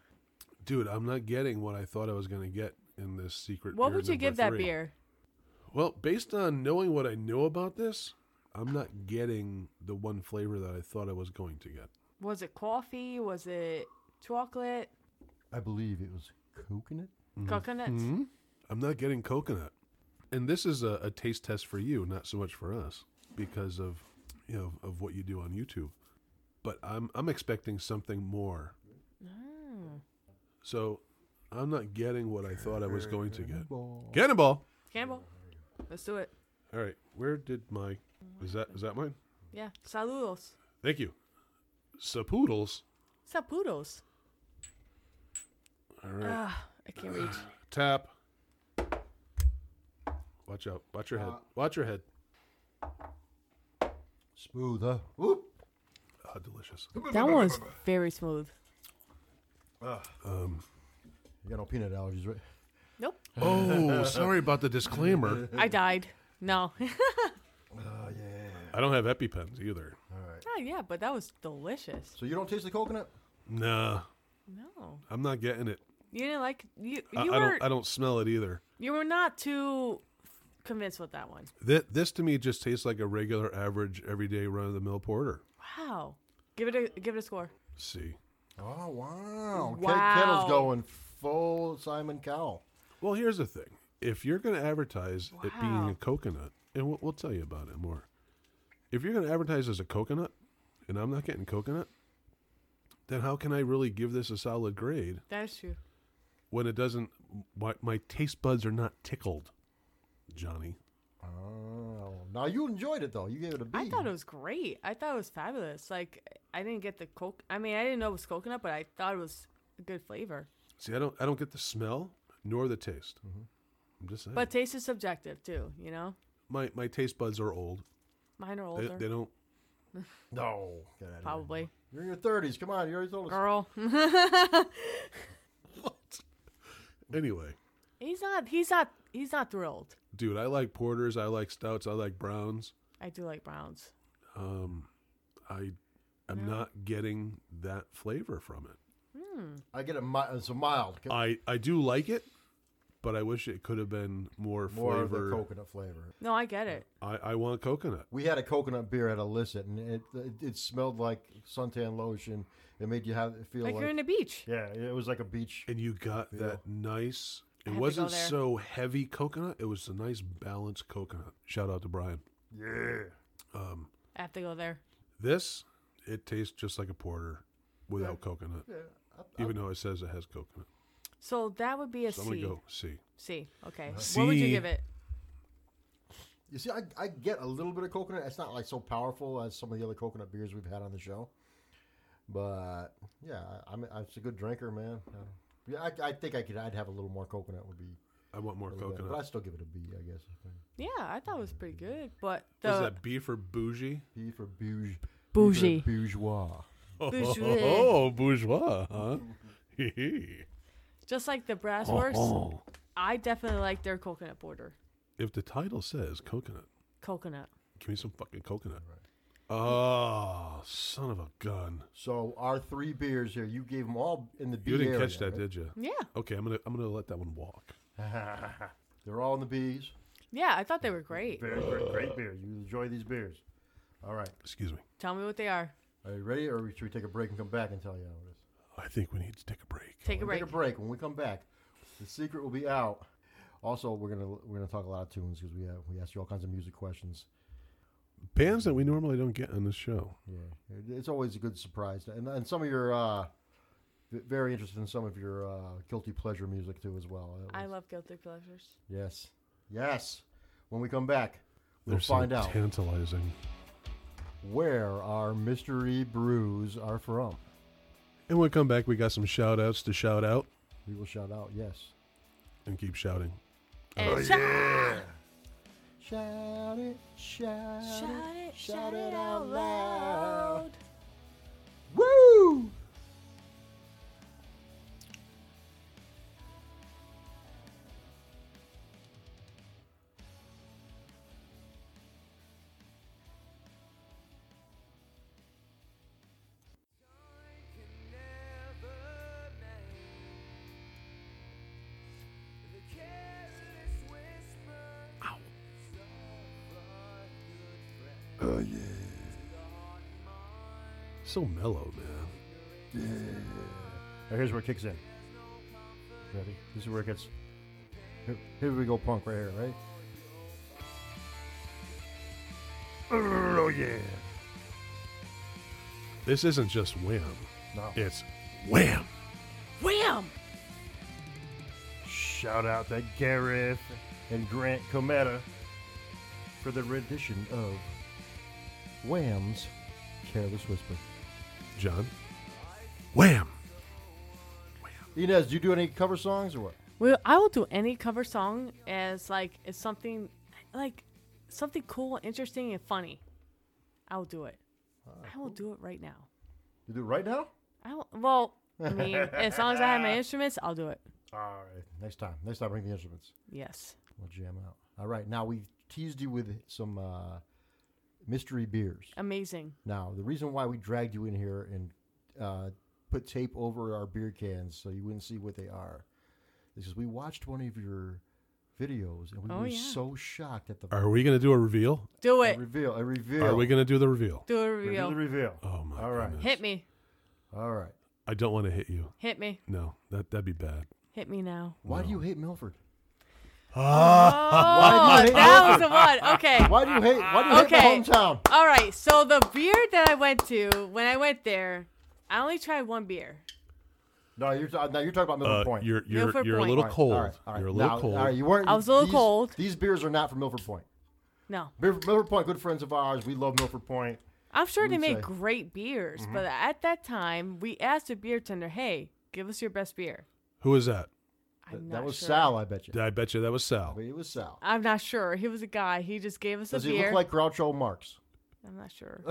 C: Dude, I'm not getting what I thought I was going to get in this secret
D: What
C: beer
D: would you
C: number
D: give that
C: three.
D: beer?
C: Well, based on knowing what I know about this, I'm not getting the one flavor that I thought I was going to get.
D: Was it coffee? Was it chocolate?
B: I believe it was coconut.
C: Mm-hmm.
D: Coconuts?
C: I'm not getting coconut. And this is a, a taste test for you, not so much for us, because of you know of what you do on YouTube. But I'm I'm expecting something more. So I'm not getting what I thought I was going to get. Cannonball.
D: Cannonball. Let's do it.
C: All right, where did my is that is that mine?
D: Yeah. Saludos.
C: Thank you. Sapoodles.
D: Sapudos.
C: All right.
D: Ah, I can't reach.
C: Tap. Watch out. Watch your head. Watch your head.
B: Smooth, huh? Whoop.
C: Ah, delicious.
D: That one was very smooth.
B: You got no peanut allergies, right?
D: Nope.
C: Oh, sorry about the disclaimer.
D: I died. No.
C: I don't have EpiPens either.
D: Oh, yeah, but that was delicious.
B: So you don't taste the coconut?
C: Nah,
D: No,
C: I'm not getting it.
D: you didn't like you. You
C: I, I
D: were
C: don't. I don't smell it either.
D: you were not too convinced with that one.
C: Th- this to me just tastes like a regular, average, everyday run of the mill porter.
D: Wow. Give it a give it a score.
C: See.
B: Oh wow! Ke-
D: Wow.
B: Kettle's going full Simon Cowell.
C: Well, here's the thing. If you're going to advertise it being
D: Wow.
C: a coconut, and we'll, we'll tell you about it more. If you're going to advertise as a coconut, and I'm not getting coconut, then how can I really give this a solid grade
D: That is true.
C: when it doesn't? My, my taste buds are not tickled, Johnny.
B: Oh, now you enjoyed it though. You gave it a B.
D: I thought it was great. I thought it was fabulous. Like I didn't get the coke. I mean, I didn't know it was coconut, but I thought it was a good flavor.
C: See, I don't, I don't get the smell nor the taste.
B: Mm-hmm.
C: I'm just saying.
D: But taste is subjective too. You know,
C: my, my taste buds are old.
D: mine are
C: They,
D: older,
C: they don't.
B: no. Get out of here.
D: probably.
B: You're in your thirties. Come on, you already told us.
D: Girl,
C: Anyway,
D: he's not. He's not. He's not thrilled.
C: dude, I like porters. I like stouts. I like browns.
D: I do like browns.
C: I am not getting that flavor from it.
B: I get a mi- it's a mild, co-
C: I, I do like it, but I wish it could have been more
B: more
C: flavor.
B: of the coconut flavor.
D: No, I get it.
C: I, I want coconut.
B: We had a coconut beer at Illicit, and it it, it smelled like suntan lotion. It made you have feel
D: Like
B: like,
D: you're in the beach.
B: yeah, it was like a beach.
C: And you got that nice, it
D: have to go
C: wasn't
D: there.
C: so heavy coconut. It was a nice balanced coconut. Shout out to Brian.
D: I have to go there.
C: This, it tastes just like a porter without coconut. even though it says it has coconut.
D: So that would be a
C: So I'm gonna
D: C.
C: go C.
D: C. Okay. What would you
C: C.
D: give it?
B: You see, I, I get a little bit of coconut. It's not like so powerful as some of the other coconut beers we've had on the show. But yeah, I, I'm, I'm just a good drinker, man. Uh, yeah, I, I think I could. I'd have a little more coconut would be.
C: I want more
B: really good.
C: coconut.
B: But I still give it a B, I guess.
D: Yeah, I thought it was pretty good, but
C: What is
D: the
C: that B for bougie?
B: B for bouge, B for
D: Bougie.
B: bourgeois.
D: Bourgeois.
C: Oh, bourgeois, huh? Hee hee.
D: just like the brass
C: Uh-huh.
D: works, I definitely like their coconut border.
C: if the title says coconut,
D: Coconut.
C: give me some fucking coconut. Oh, son of a gun!
B: So our three beers here, you gave them all in the B
C: You didn't
B: area,
C: catch that,
B: right?
C: did you?
D: Yeah.
C: Okay, I'm gonna I'm gonna let that one walk.
B: They're all in the B's.
D: Yeah, I thought they were great.
B: Very great, great beer. You enjoy these beers. All right.
C: Excuse me.
D: Tell me what they are.
B: Are you ready, or should we take a break and come back and tell you how it is?
C: I think we need to take a break.
D: Take a
B: We'll
D: break.
B: Take a break. When we come back, the secret will be out. Also, we're gonna we're gonna talk a lot of tunes because we have, we asked you all kinds of music questions.
C: Bands that we normally don't get on this show.
B: Yeah, it- it's always a good surprise, and and some of your uh, v- very interested in some of your uh, guilty pleasure music too as well. That
D: I
B: was-
D: love guilty pleasures.
B: yes, yes. When we come back, we'll
C: They're so
B: find out
C: Tantalizing.
B: where our mystery brews are from.
C: And when we come back, we got some shout outs to shout out
B: We will shout out. Yes,
C: and keep shouting.
D: And shout,
B: shout it, shout,
D: shout
B: shout
D: it, shout
B: it
D: it
B: out
D: out loud.
B: Woo!
C: So mellow, man.
B: Now, here's where it kicks in. Ready? This is where it gets. Here, here we go, punk, right here, right? Oh yeah!
C: This isn't just wham.
B: No.
C: It's wham.
D: Wham!
B: Shout out to Gareth and Grant Cometa for the rendition of Wham's "Careless Whisper."
C: John. Wham.
B: Inez, do you do any cover songs or what?
D: Well, I will do any cover song as like it's something like something cool, interesting, and funny. I'll do it. I will do it right now.
B: You do it right now?
D: I will, well, I mean, as long as I have my instruments, I'll do it.
B: All right. Next time. Next time, bring the instruments.
D: Yes.
B: We'll jam out. All right. Now we teased you with some uh, mystery beers.
D: Amazing.
B: Now, the reason why we dragged you in here and uh, put tape over our beer cans so you wouldn't see what they are is because we watched one of your videos and we
D: Oh,
B: were
D: yeah.
B: so shocked at the
C: Are we gonna do a reveal?
D: Do
B: a
D: it.
B: reveal. A reveal.
C: Are we gonna do the reveal?
D: Do a
B: We're gonna do
D: reveal.
B: the reveal?
C: Oh my
B: All right.
C: goodness.
D: Hit me.
B: All right.
C: I don't want to hit you.
D: Hit me.
C: No, that that'd be bad.
D: Hit me now.
B: Why do you hate Milford?
D: Oh,
B: hate
D: that was the one. Okay.
B: Why do you hate? Why do you
D: Okay.
B: hate my hometown?
D: All right, so the beer that I went to when I went there, I only tried one beer.
B: No, you're ta- now you're talking about Milford
C: Uh,
B: Point.
C: you're you're,
D: Milford
C: you're a
D: Point.
C: little
B: All right,
C: cold.
B: all right, all right.
C: You're a little
B: Now-
C: cold.
B: All right, you weren't.
D: I was a little
B: these-
D: cold.
B: These beers are not from Milford Point.
D: No,
B: Milford Milford Point, good friends of ours. We love Milford Point.
D: I'm sure they
B: Who'd
D: made
B: say? Mm-hmm.
D: great beers, but at that time, we asked the beer tender, "Hey, give us your best beer."
C: Who is that?
D: I'm
B: That,
D: not
B: that was
D: sure.
B: Sal, I bet you.
C: I bet you that was Sal.
B: But it was Sal.
D: I'm not sure. He was a guy. He just gave us
B: Does
D: a
B: he
D: beer.
B: look like Groucho Marx?
D: I'm not sure.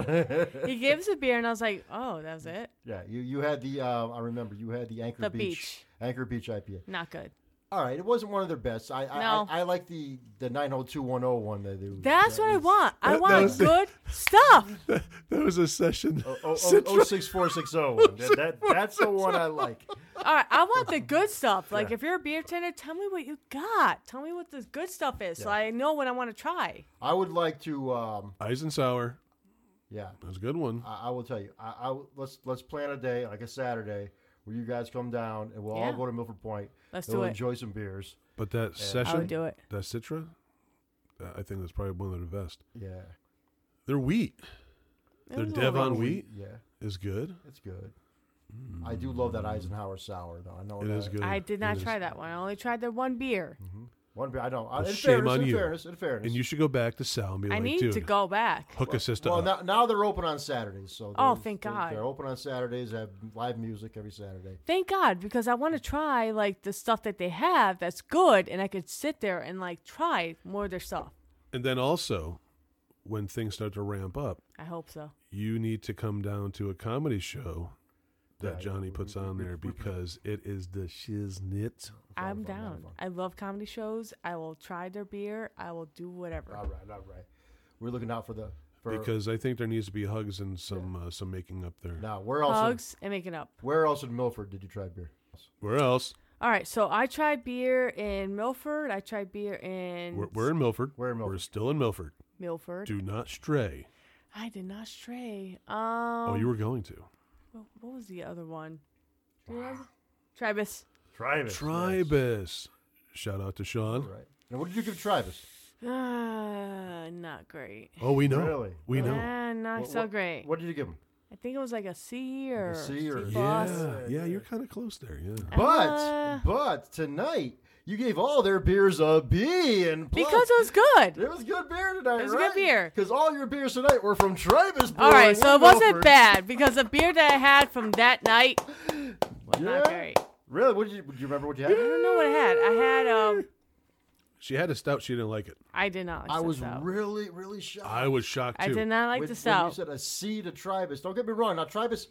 D: he gave us a beer, and I was like, "Oh, that was it.
B: Yeah, you, you had the uh, I remember you had the Anchor
D: The
B: Beach,
D: beach.
B: Anchor Beach IPA.
D: Not good."
B: All right, it wasn't one of their best. I I,
D: No.
B: I, I like the the 90210 one that they
D: That's what I want. I
C: that
D: want
C: was the-
D: good stuff.
C: That was a session.
B: Oh,
C: Citra-
B: oh, 06460 one. That, that- that's the one
D: oh
B: I like.
D: All right, I want the good stuff. Like, if you're a beer tender, tell me what you got. Tell me what the good stuff is, so I know what I want to try.
B: I would like to um
C: Eisen Sour.
B: yeah,
C: That was a good one.
B: I, I will tell you. I, I w- let's let's plan a day like a Saturday where you guys come down and we'll all
D: Yeah.
B: go to Milford Point.
D: Let's
B: and
D: do
B: we'll
D: it.
B: enjoy some beers.
C: But that
D: I
C: session,
D: would do it.
C: that Citra, uh, I think that's probably one of their best.
B: Yeah.
C: Their wheat,
D: It
C: their
D: was a
C: Devon
D: little-
C: wheat
B: Yeah,
C: is good.
B: it's good. I do love that Eisenhower sour, though. I know
C: Mm. It
B: that.
C: is good.
D: I did not
C: It is.
D: try that one. I only tried the one beer.
B: One beer, I don't. I- In
C: shame
B: fairness,
C: on
B: in
C: you.
B: fairness, in fairness.
C: And you uh, should go back to Sal and be
D: I
C: like,
D: need
C: dude,
D: to go back.
C: hook a sister
B: well,
C: up.
B: now, now they're open on Saturdays, so
D: Oh,
B: they're-
D: thank
B: they're-
D: God.
B: They're open on Saturdays. Have live music every Saturday.
D: Thank God, because I want to try like the stuff that they have that's good, and I could sit there and like try more of their stuff.
C: And then also, when things start to ramp up,
D: I hope so.
C: you need to come down to a comedy show that
B: Yeah,
C: Johnny puts on there because it is the shiznit.
D: I'm down. I love comedy shows. I will try their beer. I will do whatever.
B: All right, all right. We're looking out for the for
C: Because I think there needs to be hugs and some uh, some making up there.
B: now. Where else? in-
D: Hugs and making up.
B: Where else in Milford did you try beer?
C: Where else?
D: All right, so I tried beer in Milford. I tried beer in
C: We're, we're in Milford.
B: We're in
C: We're
B: Milford.
C: still in Milford.
D: Milford.
C: Do not stray.
D: I did not stray. Um,
C: oh, you were going to.
D: what, what was the other one? Who was it? Tribus.
B: Travis.
C: Tribus. Shout out to Sean.
B: Right. Now, what did you give Travis?
D: Uh, not great.
C: Oh, we know.
B: Really?
C: We know.
D: Ah, not
B: What-
D: so
B: what-
D: great.
B: What did you give him?
D: I think it was like a C or
B: C or-
D: C plus.
C: Yeah. Yeah, you're kind of close there. Yeah.
B: But
D: Uh,
B: but tonight you gave all their beers a B and plus.
D: because it was good.
B: It was good beer tonight.
D: It was a good beer.
B: Because all your beers tonight were from Travis.
D: All right,
B: Brewing
D: so it
B: in
D: wasn't
B: Milford.
D: bad because the beer that I had from that night was not
B: Yeah?
D: great.
B: Really? What did you? Do you remember what you
D: I
B: had?
D: don't know what I had. I had um,
C: She had a stout. She didn't like it.
D: I did not. Like
B: I
D: the
B: was
D: stout.
B: really really shocked.
C: I was shocked
D: I
C: too.
D: did not like
B: when,
D: the
B: when you
D: stout.
B: said a C to Tribus. Don't get me wrong. Now Tribus,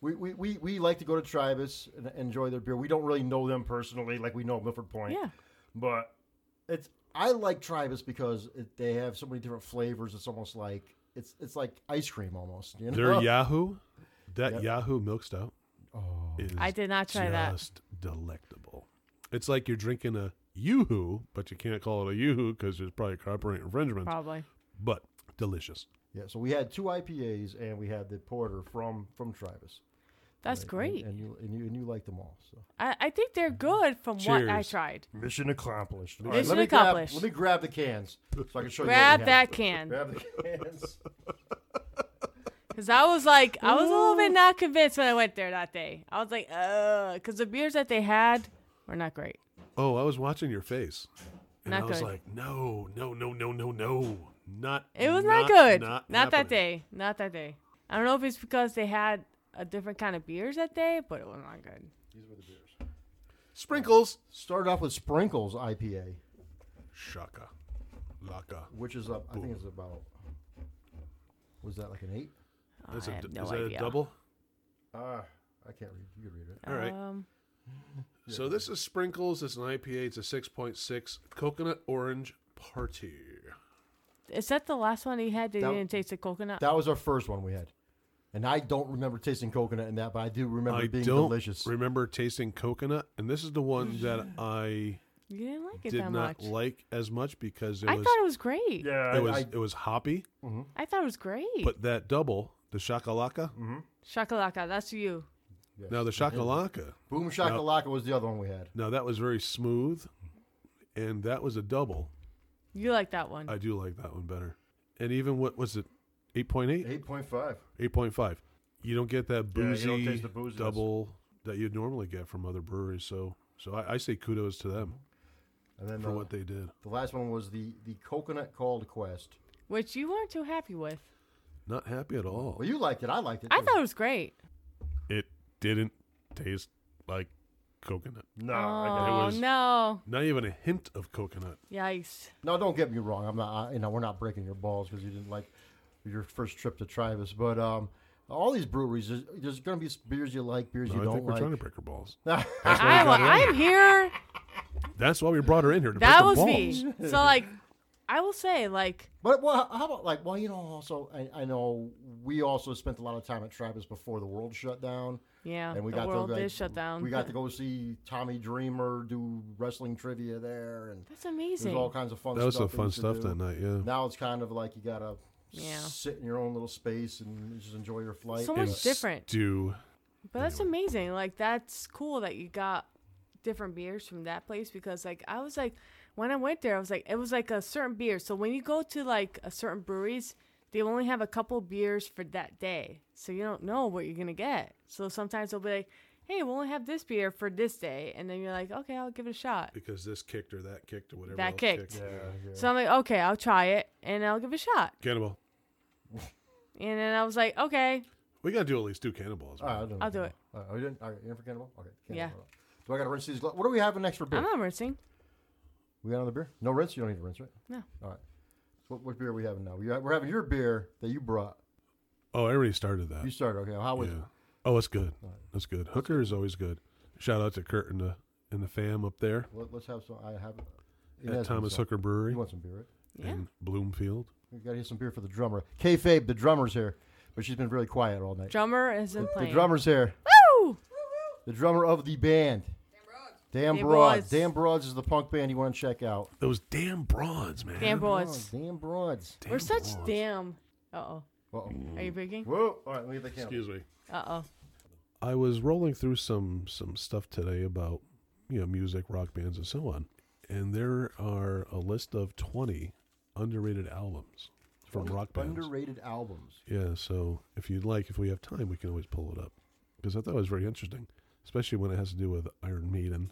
B: we, we, we, we like to go to Tribus and enjoy their beer. We don't really know them personally, like we know Milford Point.
D: Yeah.
B: But it's I like Tribus because it, they have so many different flavors. It's almost like it's it's like ice cream almost. You know?
D: Oh.
C: Their Yahoo, that Yahoo milk stout.
B: Oh.
C: is
D: I did not try that.
C: just delectable. It's like you're drinking a yoo-hoo, but you can't call it a yoo-hoo because there's probably copyright infringement.
D: Probably.
C: But delicious.
B: Yeah. So we had two IPAs and we had the porter from from Tribus.
D: That's great.
B: And you and you and you like them all. So
D: I, I think they're good from what I
C: Cheers.
D: tried.
B: mission accomplished. All
D: Mission
B: let me grab-
D: accomplished.
B: let me grab the cans so I can show
D: Grab
B: you. what we had.
D: that can.
B: Grab the cans.
D: Because I was like, I was a little bit not convinced when I went there that day. I was like, uh, because the beers that they had were not great.
C: Oh, I was watching your face, and
D: Not
C: I was
D: good.
C: like, no, no, no, no, no, no, not.
D: It was not, good. Not, that
C: happening.
D: day. Not that day. I don't know if it's because they had a different kind of beers that day, but it was not good.
C: Sprinkles.
B: Started off with Sprinkles IPA,
C: Shaka, laka.
B: which is up. I think it's about. Was that like an eight?
D: Oh,
C: That's
D: I
C: a
D: have
C: d-
D: no
C: is that
D: idea.
C: a double?
B: Ah, I can't read. You can read it.
C: All right.
D: Um,
C: So this is Sprinkles. It's an IPA. It's a 6.6 coconut orange party.
D: is that the last one he had that,
B: That-
D: he didn't taste the coconut?
B: That was our first one we had, and I don't remember tasting coconut in that, but I do remember
C: I
B: it being
C: don't
B: delicious.
C: remember tasting coconut, and this is the one that I
D: you didn't like it
C: did
D: that
C: not
D: much.
C: like as much because it
D: I
C: was
D: thought it was great.
B: yeah,
C: it was it was hoppy,
D: I thought it was great.
C: but that double the shakalaka.
B: Mm-hmm.
D: Shakalaka, that's you.
C: Now the shakalaka,
B: Boom Shakalaka was the other one we had.
C: now that was very smooth, and that was a double.
D: You like that one.
C: I do like that one better. And even what was it, 8.8?
B: Eight point five.
C: 8.5. You don't get that
B: Yeah,
C: boozy
B: you don't taste the booziness.
C: double that you'd normally get from other breweries. So, so I, I say kudos to them
B: And then
C: for
B: the,
C: what they did.
B: the last one was the the coconut called quest.
D: which you weren't too happy with.
C: Not happy at all.
B: Well, you liked it. I liked it.
D: I
B: too.
D: thought it was great.
C: It didn't taste like coconut.
B: no,
D: Oh
C: was-
D: no!
C: Not even a hint of coconut.
D: Yikes!
B: No, don't get me wrong. I'm not. I, you know, we're not breaking your balls because you didn't like your first trip to Travis. But um, all these breweries, there's, there's going to be beers you like, beers
C: No,
B: you
C: I think
B: don't
C: we're trying to
B: like.
C: break her balls.
D: I, wa- I'm here.
C: That's why we brought her in here. To break
D: That
C: her
D: was
C: balls.
D: me. So like, I will say like
B: But well, how about like? Well, you know, also I, I know we also spent a lot of time at Travis before the world shut down,
D: yeah,
B: and we
D: the
B: got
D: world
B: to, like,
D: did shut down.
B: We got to go see Tommy Dreamer do wrestling trivia there, and
D: That's
B: there's
D: amazing.
B: all kinds of fun.
C: That was
B: stuff we
C: some fun
B: used to
C: stuff
B: do.
C: that night. Yeah.
B: Now it's kind of like you gotta
D: Yeah.
B: sit in your own little space and just enjoy your flight.
D: So much different.
C: Do
D: But that's amazing. Like that's cool that you got different beers from that place because like I was like when I went there I was like it was like a certain beer. So when you go to like a certain breweries, they only have a couple beers for that day, so you don't know what you're gonna get. So sometimes they'll be like, "Hey, we'll only have this beer for this day," and then you're like, "Okay, I'll give it a shot."
C: because this kicked or that kicked or whatever.
D: That
C: else
D: kicked. So I'm like, "Okay, I'll try it and I'll give it a shot."
C: Cannonball.
D: And then I was like, "Okay,
C: We gotta do at least two cannonballs.
B: All
C: man.
B: right, I don't
D: I'll do it.
B: All right, are you done? All right, you're in for cannibal? Okay.
D: Yeah.
B: Cannibal. Do I got to rinse these gloves? What do we have next for beer?
D: I'm not rinsing."
B: We got another beer? No rinse? You don't need to rinse, right?
D: No.
B: All right. What, what beer are we having now? We're we're having your beer that you brought.
C: Oh, I already started that.
B: You started. Okay. How was
C: Yeah.
B: it?
C: Oh, that's good. That's good. Hooker is always good. Shout out to Kurt and the and the fam up there
B: Let, let's have some. I have. Inez
C: at
B: wants
C: Thomas
B: some.
C: Hooker Brewery
B: You want some beer, right?
D: Yeah.
C: in Bloomfield.
B: We got to get some beer for the drummer. Kayfabe, the drummer's here, but she's been really quiet all night.
D: Drummer isn't
B: the
D: playing.
B: drummer's here.
D: Woo!
B: The drummer of the band. Damn
D: Damn
B: Broads.
D: Broads.
B: Damn Broads is the punk band you want to check out.
C: Those damn bronze, man.
D: Damn
B: Oh,
D: boys.
B: damn Broads.
D: We're such
C: broads.
D: damn. Uh oh.
B: Uh-oh.
D: Are you breaking?
B: Whoa. All right, let me get the camera.
C: Excuse me.
D: Uh oh.
C: I was rolling through some some stuff today about you know music, rock bands, and so on, and there are a list of twenty underrated albums from rock bands.
B: Underrated albums.
C: yeah, so if you'd like, if we have time, we can always pull it up because I thought it was very interesting, especially when it has to do with Iron Maiden.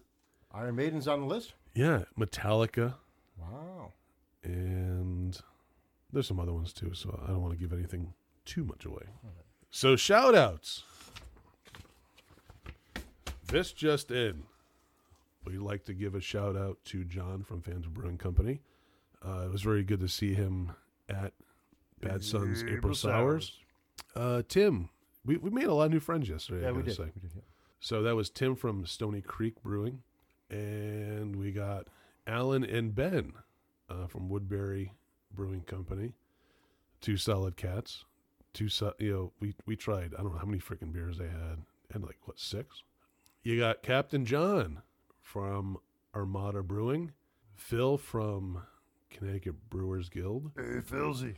B: Iron Maiden's on the list.
C: Yeah, Metallica,
B: Wow.
C: and there's some other ones too. So I don't want to give anything too much away. So shout outs. This just in. We'd like to give a shout out to John from Fans of Brewing Company. Uh, it was very good to see him at Bad Sons April Sours. Uh, Tim, we, we made a lot of new friends yesterday. I
B: Yeah, we
C: gotta
B: did.
C: say.
B: We did, yeah.
C: So that was Tim from Stony Creek Brewing, and we got Alan and Ben uh, from Woodbury Brewing Company. Two solid cats. Two, so, you know, we we tried. I don't know how many freaking beers they had. Had like what six? You got Captain John from Armada Brewing, Phil from Connecticut Brewers Guild.
G: Hey, Philzy.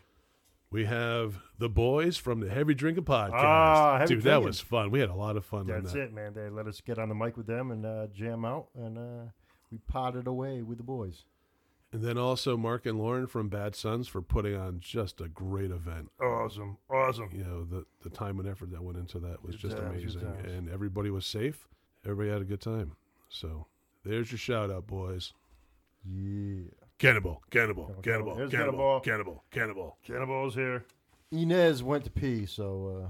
C: We have the boys from the Heavy Drinking Podcast.
G: Ah, Heavy
C: Dude, that
G: Drinking.
C: was fun. We had a lot of fun. on
G: That's
C: that.
G: it, man.
B: They let us get on the mic with them and uh, jam out, and uh, we potted away with the boys.
C: And then also Mark and Lauren from Bad Sons for putting on just a great event.
G: Oh. Awesome. Awesome.
C: You know, the, the time and effort that went into that was just
G: times, good
C: amazing.
G: times.
C: And everybody was safe. Everybody had a good time. So there's your shout out, boys.
B: Yeah.
C: Cannibal, cannibal, cannibal,
G: There's Cannibal.
C: cannibal, cannibal, cannibal.
G: Cannonball's here.
B: Inez went to pee, so uh,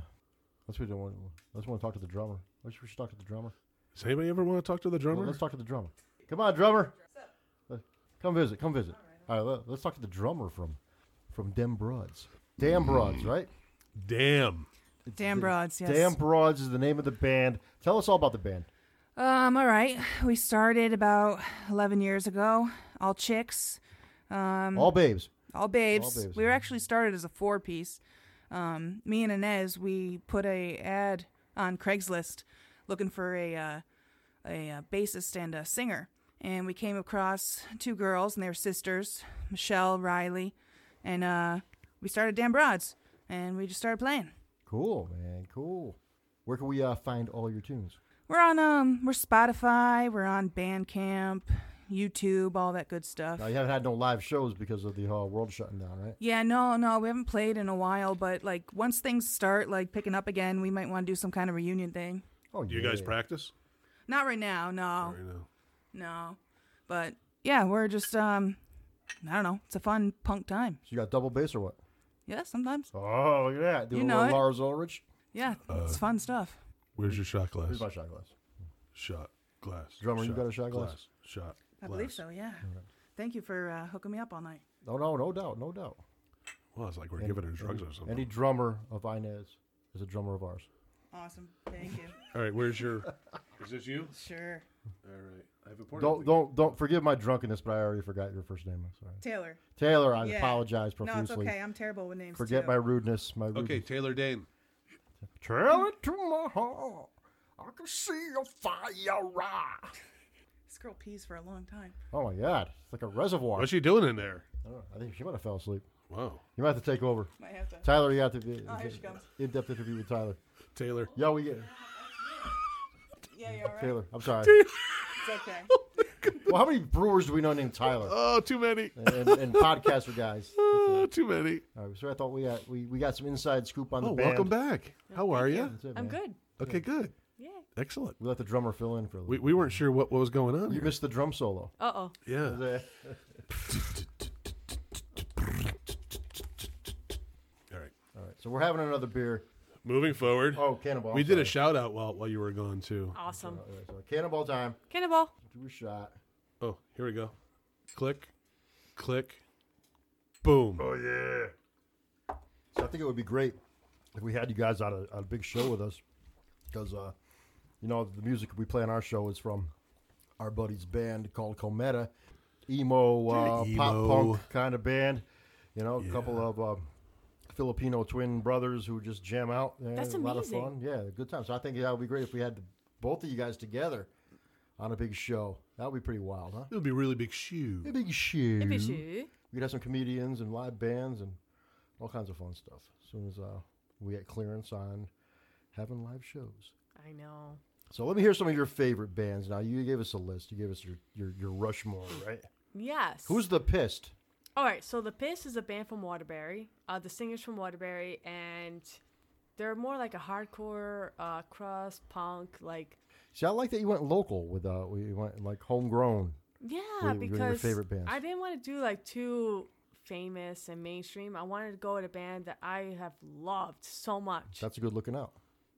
B: let's we don't want. Let's want to talk to the drummer. Let's we should talk to the drummer.
C: Does anybody ever want to talk to the
B: Well,
C: drummer?
B: let's talk to the drummer. Come on, drummer. Uh, Come visit. Come visit. All right, let, us talk to the drummer from from Dem Broads. Damn Broads, right?
C: Damn.
H: Damn broads, yes.
B: Damn Broads is the name of the band. Tell us all about the band.
H: Um, all right. We started about 11 years ago. All chicks, Um,
B: all babes.
H: all babes.
B: All babes.
H: We were actually started as a four piece. Um, me and Inez, we put a ad on Craigslist looking for a, uh, a uh, bassist and a singer. And we came across two girls, and they were sisters, Michelle, Riley. And uh, we started Damn Broads, and we just started playing.
B: Cool, man. Cool. Where can we uh, find all your tunes?
H: We're on um we're Spotify, we're on Bandcamp, YouTube, all that good stuff.
B: Now, you haven't had no live shows because of the whole world shutting down, right?
H: Yeah, no, no, we haven't played in a while, but like once things start like picking up again, we might want to do some kind of reunion thing.
B: Oh,
C: You guys practice?
H: Not right now, no.
C: Right now.
H: No. But yeah, we're just um I don't know. It's a fun punk time.
B: So you got double bass or what?
H: Yeah, sometimes.
B: Oh, look at that. Do
H: You
B: a
H: know
B: little
H: it.
B: Lars Ulrich.
H: Yeah,
B: Uh,
H: it's fun stuff.
C: Where's your shot glass?
B: Here's my shot glass.
C: Shot glass.
B: Drummer, you
C: shot
B: got a shot glass?
C: Shot.
H: I
C: glass.
H: believe so, yeah. Thank you for uh, hooking me up all night.
B: No, no, no doubt, no doubt.
C: Well, it's like we're giving her drugs or something.
B: Any drummer of Inez is a drummer of ours.
H: Awesome. Thank you.
C: All right, where's your. Is this you?
H: Sure.
C: All right. I have a porta
B: Don't, don't, don't forgive my drunkenness, but I already forgot your first name. I'm sorry.
H: Taylor.
B: Taylor, I apologize profusely.
H: I'm terrible with names.
B: Forget my rudeness. My
C: Okay,
B: rudeness.
C: Taylor Dane.
B: Tell it to my heart. I can see a fire.
H: This girl pees for a long time.
B: Oh my God, it's like a reservoir.
C: What's she doing in there?
B: I don't know. I think she might have fell asleep.
C: Wow.
B: You might have to take over.
H: Might have to.
B: Tyler, you have to be
H: Oh, here she comes.
B: in-depth interview with Tyler.
C: Taylor.
B: Yeah, we get
H: Yeah, you're all right.
B: Taylor. I'm sorry.
H: It's okay.
B: Well, how many brewers do we know named Tyler
C: Oh, too many.
B: and, and podcaster guys?
C: Oh, too many.
B: All right, so I thought we got we, we got some inside scoop on the
C: Oh,
B: band.
C: welcome back. How are you?
B: That's it,
D: I'm
B: man.
D: good.
C: Okay, good.
D: Yeah.
C: Excellent.
B: We let the drummer fill in for a little.
C: We, we weren't sure what, what was going on.
B: you
C: here.
B: missed the drum solo.
D: Uh oh.
C: Yeah. All right.
B: All right, so we're having another beer.
C: Moving forward.
B: Oh, cannonball!
C: we did a
B: sorry.
C: shout out while, while you were gone, too.
D: Awesome.
B: All right, so cannonball time.
D: Cannonball.
B: Do a shot.
C: Oh, here we go. Click, click, boom.
G: Oh yeah.
B: So I think it would be great if we had you guys on a, on a big show with us, because uh, you know the music we play on our show is from our buddy's band called Cometa, emo, uh, pop
C: emo.
B: punk kind of band. You know, a couple of uh, Filipino twin brothers who just jam out. and
D: That's
B: a lot of
D: amazing.
B: fun. Yeah, good time. So I think that would be great if we had the, both of you guys together on a big show. That would be pretty wild, huh?
C: It'll be a really big shoe.
B: A big show.
D: If it's you.
B: We could have some comedians and live bands and all kinds of fun stuff. As soon as uh, we get clearance on having live shows.
D: I know.
B: So let me hear some of your favorite bands. Now you gave us a list. You gave us your your, your Rushmore, right?
D: Yes.
B: Who's the pissed?
D: All right, so the Piss is a band from Waterbury. Uh, the singer's from Waterbury, and they're more like a hardcore, uh, crust punk, like
B: See, I like that you went local with uh, we went like homegrown.
D: yeah.
B: What- what are your
D: because
B: favorite bands?
D: I didn't want to do like too famous and mainstream. I wanted to go with a band that I have loved so much.
B: That's a good looking out.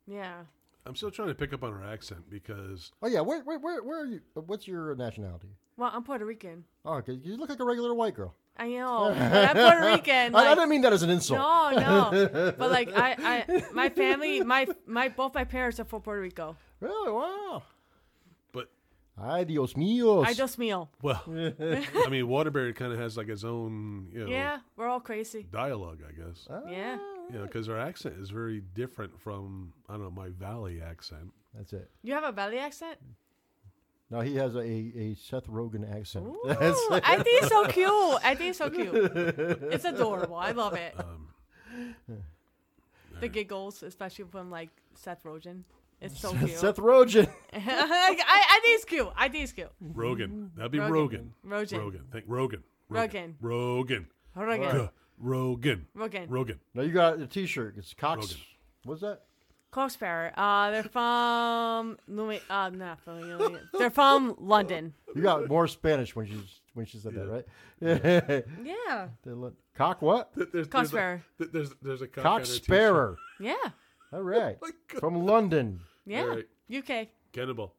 D: yeah,
C: I'm still trying to pick up on her accent because
B: Oh yeah, where where where, where are you? uh, What's your nationality?
D: well, I'm Puerto Rican.
B: Oh, okay, you look like a regular white girl.
D: I know, but I'm Puerto Rican.
B: I, I
D: like-
B: didn't mean that as an insult.
D: no, no, but like I, I, my family, my, my, both my parents are from Puerto Rico.
B: Really? Wow.
C: but
B: Ay, Dios míos.
D: I just meal.
C: well, I mean, Waterbury kind of has like its own, you know,
D: Yeah, we're all crazy.
C: dialogue, I guess.
D: Yeah.
C: You know, because her accent is very different from I don't know my Valley accent.
B: That's it.
D: You have a belly accent?
B: No, he has a, a Seth Rogen accent.
D: Ooh,
B: That's
D: I think it's so cute. I think it's so cute. It's adorable. I love it. the giggles, especially from like Seth Rogen. It's so cute.
B: Seth Rogen.
D: I, I think it's cute. I think it's cute.
C: Rogan, that'd be Mm-hmm. Rogan.
D: Rogan. Rogan.
C: Rogan. Think Rogan.
D: Rogan.
C: Rogan.
D: Rogan.
C: Rogan. Rogan.
D: Rogan.
C: Rogan.
B: No, you got a T-shirt. It's Cox.
C: Rogen.
B: What's that?
D: Coxparrot. Uh, they're from New. Uh, not from. New- They're from London.
B: You got more Spanish when she when she said that, right?
D: Yeah.
B: They look- Cock what?
C: Th- There's,
D: Cock
C: there's a,
D: sparer.
C: th- there's there's a cock,
B: Cock
C: on her t-shirt.
B: sparer.
D: Yeah.
B: All right.
C: Oh my God.
B: From London.
D: Yeah.
C: Alright.
D: UK.
C: Cannibal.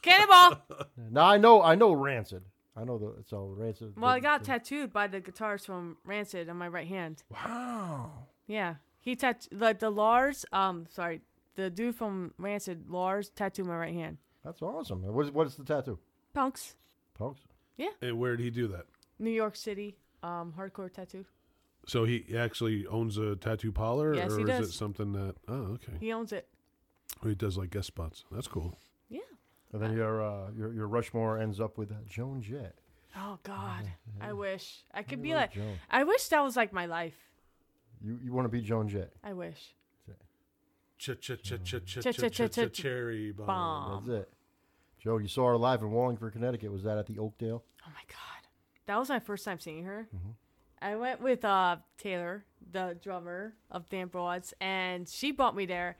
D: Cannonball.
B: Now I know I know Rancid. I know the it's all Rancid.
D: Well, I got tattooed by the guitarist from Rancid on my right hand. Wow. Yeah, he tattooed like the Lars. Um, sorry, the dude from Rancid, Lars, tattooed my right hand.
B: That's awesome. What is what is the tattoo?
D: Punks,
B: Punks.
C: and where did he do that?
D: New York City, um, hardcore tattoo.
C: So he actually owns a tattoo parlor,
D: Yes,
C: or
D: he
C: is
D: does.
C: it something that? Oh, okay. Oh,
D: He owns it.
C: He does like guest spots. That's cool.
D: Yeah.
B: And then your uh, your your Rushmore ends up with uh, Joan Jett.
D: Oh God, I wish I could be like.
B: Joan.
D: I wish that was like my life.
B: You you want to be Joan Jett?
D: I wish.
C: Ch ch ch ch ch
D: Ch- ch-
C: ch ch-
D: ch-
C: ch- cherry bomb.
D: Bomb.
B: That's it. Joe, you saw her live in Wallingford, Connecticut. Was that at the Oakdale?
D: Oh my God, that was my first time seeing her. I went with uh Taylor, the drummer of Dan Broads, and she brought me there.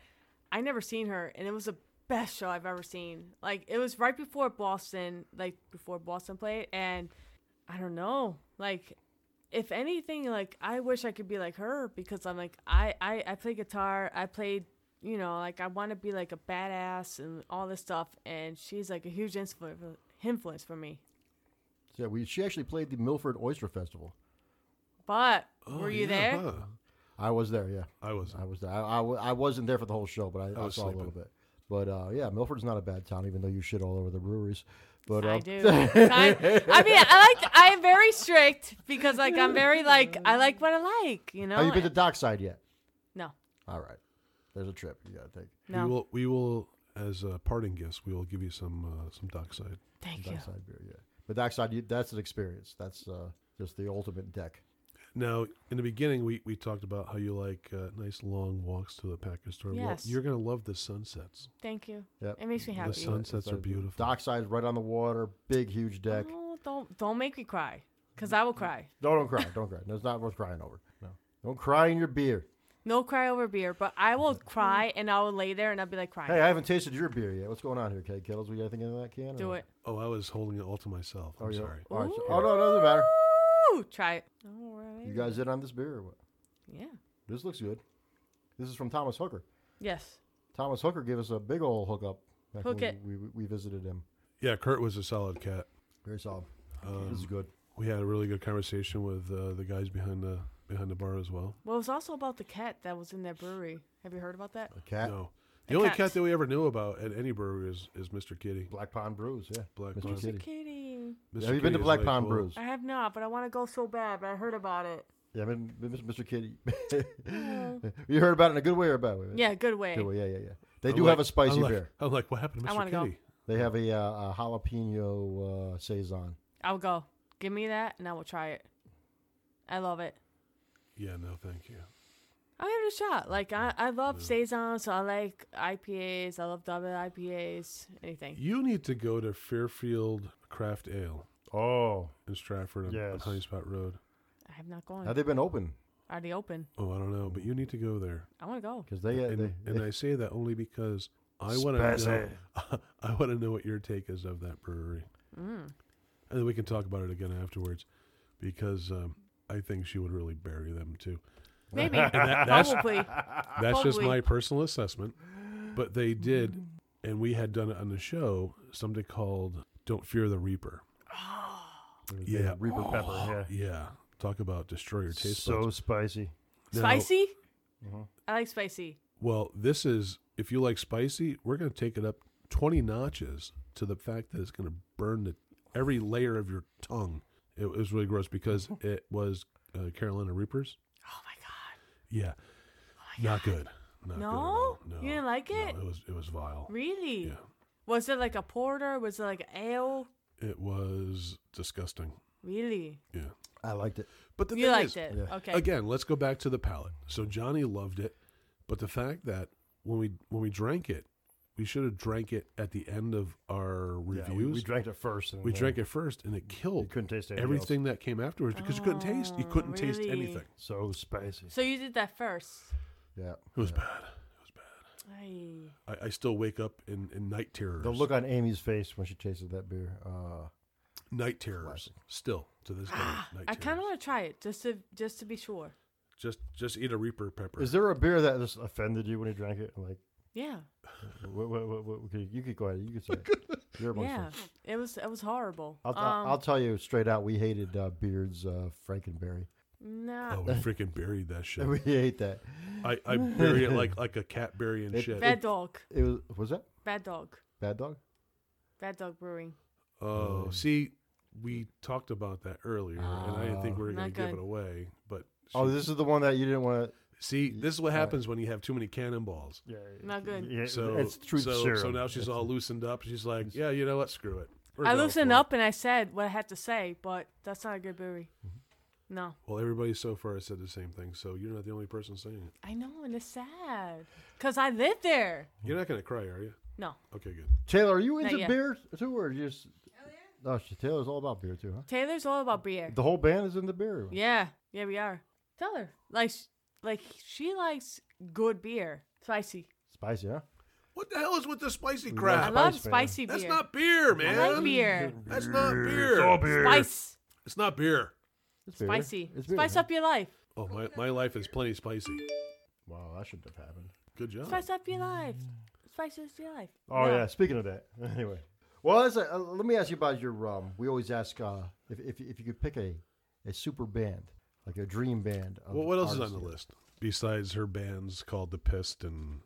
D: I never seen her, and it was the best show I've ever seen. Like it was right before Boston, like before Boston played, and I don't know, like. If anything, like I wish I could be like her because I'm like I I, I play guitar, I played, you know, like I want to be like a badass and all this stuff, and she's like a huge influ- influence for me.
B: Yeah, we she actually played the Milford Oyster Festival.
D: But
C: Oh,
D: were you
C: yeah,
D: there?
C: huh.
B: I was there. Yeah,
C: I was.
B: I was there. I, I, wa- I wasn't there for the whole show, but I, I,
C: was
B: saw a little
C: sleeping.
B: bit. But uh, yeah, Milford's not a bad town, even though you shit all over the breweries. But uh,
D: I do. I, I mean, I like. I am very strict because, like, I'm very like. I like what I like. You know.
B: have Oh, you been to Dockside yet?
D: no,
B: All right, there's a trip you gotta take.
D: no.
C: We will. We will. As a parting gift, we will give you some uh, some dockside.
D: Thank you.
B: Dockside beer, yeah. But Dockside, you, that's an experience. That's uh, just the ultimate deck.
C: Now, in the beginning, we, we talked about how you like uh, nice long walks to the package store. Well,
D: Yes.
C: you're going to love the sunsets.
D: Thank you.
B: Yep.
D: It makes me happy.
C: The sunsets are beautiful.
B: Dockside right on the water, big, huge deck.
D: Oh, don't don't make me cry, cause I will cry.
B: No, don't cry. Don't cry. No, it's not worth crying over. No. Don't cry in your beer.
D: No cry over beer, but I will cry and I will lay there and I'll be like crying.
B: Hey, I haven't tasted your beer yet. What's going on here, Keg Kettles? We got anything in that can? or
D: Do
B: no?
D: it.
C: Oh, I was holding it all to myself. I'm
B: Oh, yeah.
C: sorry.
B: All right, so- oh, no, it doesn't matter.
D: Ooh, try it. All right.
B: You guys in on this beer or what?
D: Yeah.
B: This looks good. This is from Thomas Hooker.
D: Yes.
B: Thomas Hooker gave us a big old hookup back
D: Hook
B: when
D: it.
B: we, we, we visited him.
C: Yeah, Kurt was a solid cat.
B: Very solid.
C: Um,
B: this is good.
C: We had a really good conversation with uh, the guys behind the behind the bar as well.
D: Well, it was also about the cat that was in that brewery. Have you heard about that?
B: Cat.
C: No, the only
D: cat.
C: cat that we ever knew about at any brewery is, is Mr. Kitty.
B: Black Pond Brews, yeah.
C: Black
B: Mr.
C: Pond.
B: Kitty.
D: Kidding.
B: Have
C: Mr.
B: you
C: Kitty
B: been to
C: is
B: Black
C: like,
B: Pond
C: well,
B: Brews?
D: I have not, but I want to go so bad. But I heard about it.
B: Yeah, I mean, Mr. Kitty. you heard about it in a good way or a bad way? right?
D: Yeah, good way.
B: Good way, yeah, yeah, yeah. They
C: I'm
B: do
C: like-
B: have a spicy
C: I'm like,
B: beer.
C: I'm like, what happened to
D: I
C: Mr.
D: wanna go.
C: Kitty?
B: They have a, uh, a jalapeno uh, saison.
D: I'll go. Give me that and I will try it. I love it.
C: Yeah, no, thank you.
D: I'll give it a shot. Like I, I love saisons. I like IPAs. I love double IPAs. Anything.
C: You need to go to Fairfield Craft Ale
G: Oh,
C: in Stratford on, on
G: Yes.
C: Honey Spot Road.
D: I have not gone.
B: Have they been open?
D: Are they open?
C: Oh, I don't know, but you need to go there.
D: I want to go.
B: Because they, uh,
C: And,
B: they,
C: and
B: they-
C: I say that only because I want to know. I want to know what your take is of that brewery, and then we can talk about it again afterwards, because um, I think she would really bury them too.
D: Maybe.
C: that- that's-
D: Probably.
C: That's just
D: Probably.
C: my personal assessment, but they did, and we had done it on the show. Something called "Don't Fear the Reaper." yeah,
G: Reaper pepper.
C: yeah. Talk about destroy your
G: Yeah.
C: taste
G: So
C: buds.
G: spicy.
C: Now-
D: Spicy?
C: Uh-huh.
D: I like spicy.
C: Well, this is if you like spicy, we're going to take it up twenty notches to the fact that it's going to burn the, every layer of your tongue. It was really gross because it was uh, Carolina Reapers.
D: Mm-hmm. Oh my god. Oh
C: Yeah, not good. Not good at
D: No?
C: all. no,
D: You didn't like
C: No,
D: it?
C: it was it was vile.
D: Really?
C: Yeah,
D: Was it like a porter? Was it like an ale?
C: it was disgusting.
D: Really?
C: Yeah,
B: I liked it.
C: but the
D: You
C: thing
D: liked
C: is,
D: it. Okay.
C: Again, let's go back to the palate. So Johnny loved it, but the fact that when we when we drank it, we should have drank it at the end of our reviews.
G: Yeah, we, we drank it first. And
C: We
G: then-
C: drank it first, and it killed
G: couldn't taste anything
C: everything that came afterwards because you couldn't taste. You couldn't taste
D: Oh, really?
C: anything.
G: So spicy.
D: So you did that first.
B: Yeah.
C: It was bad. It
D: Ay.
C: was bad. I, I still wake up in, in night terrors.
B: The look on Amy's face when she tasted that beer. Uh,
C: night terrors. Still to this day. night
D: Ah, I kind of
C: terrors.
D: want to try it just to just to be sure.
C: just just eat a reaper pepper.
B: is there a beer that just offended you when you drank it? Like,
D: Yeah.
B: what, what, what, what, okay, you could go ahead. You could say it. You're amongst
D: Yeah. Um,
B: them.
D: It was it was horrible.
B: I'll, I'll, I'll tell you straight out, we hated uh, Beard's uh, Frankenberry.
C: oh,
D: No.
C: we freaking buried that shit.
B: We hate that.
C: I, I bury it like like a cat burying
B: It-
C: shit.
D: Bad dog.
B: It was was that
D: Bad dog.
B: Bad Dog?
D: Bad dog brewing.
G: Um,
C: oh, see, we talked about that earlier, and I didn't think we were going
D: Ah, Not
C: to give
D: good.
C: it away. But
B: Oh, this is the one that you didn't want to.
C: see, this is what happens when you have too many cannonballs.
G: Yeah,
D: Not good.
G: yeah,
C: So
G: it's truth
C: so,
G: serum.
C: so now she's all loosened up. She's like, yeah, you know what? Screw it. We're
D: I
C: going
D: loosened
C: for it."
D: up and I said what I had to say, but that's not a good brewery.
B: Mm-hmm.
D: No.
C: Well, everybody so far has said the same thing, so you're not the only person saying it.
D: I know, and it's sad. Because I live there.
G: Hmm.
C: You're not going to cry, are you?
D: No.
C: Okay, good.
B: Taylor, are you into
D: yet.
B: beer too, or you just? Oh, she, Taylor's all about beer too, huh?
D: Taylor's all about beer.
B: The whole band is in the beer.
D: Yeah, yeah, we are. Tell her like sh- like she likes good beer, spicy.
B: Spicy, huh?
C: What the hell is with the spicy
D: I
C: crap?
D: love
B: Spice, man.
D: spicy
C: That's
D: beer.
C: not beer, man.
D: I like beer.
C: That's not
G: It's all
C: beer.
G: beer.
D: Spice,
C: It's not beer.
B: It's beer.
D: spicy.
B: It's beer,
D: Spice
B: huh?
D: up your life.
C: Oh, my, my life is plenty spicy.
B: Wow, that shouldn't have happened.
C: Good job.
D: Spice up your life. Spice up your life.
B: Oh
D: No.
B: yeah. Speaking of that, anyway. Well, that's a, uh, let me ask you about your. Um, we always ask uh, if, if if you could pick a, a super band, like a dream band. Of
C: Well, what else is on
B: artists.
C: the list besides her bands called The Pissed and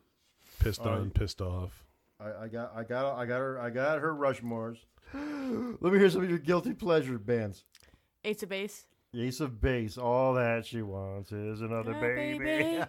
C: Pissed On, Pissed Off?
B: I, I got I got I got her I got her Rushmores. let me hear some of your guilty pleasure bands.
D: Ace of base.
B: Ace of
G: Base. All that she wants is another baby.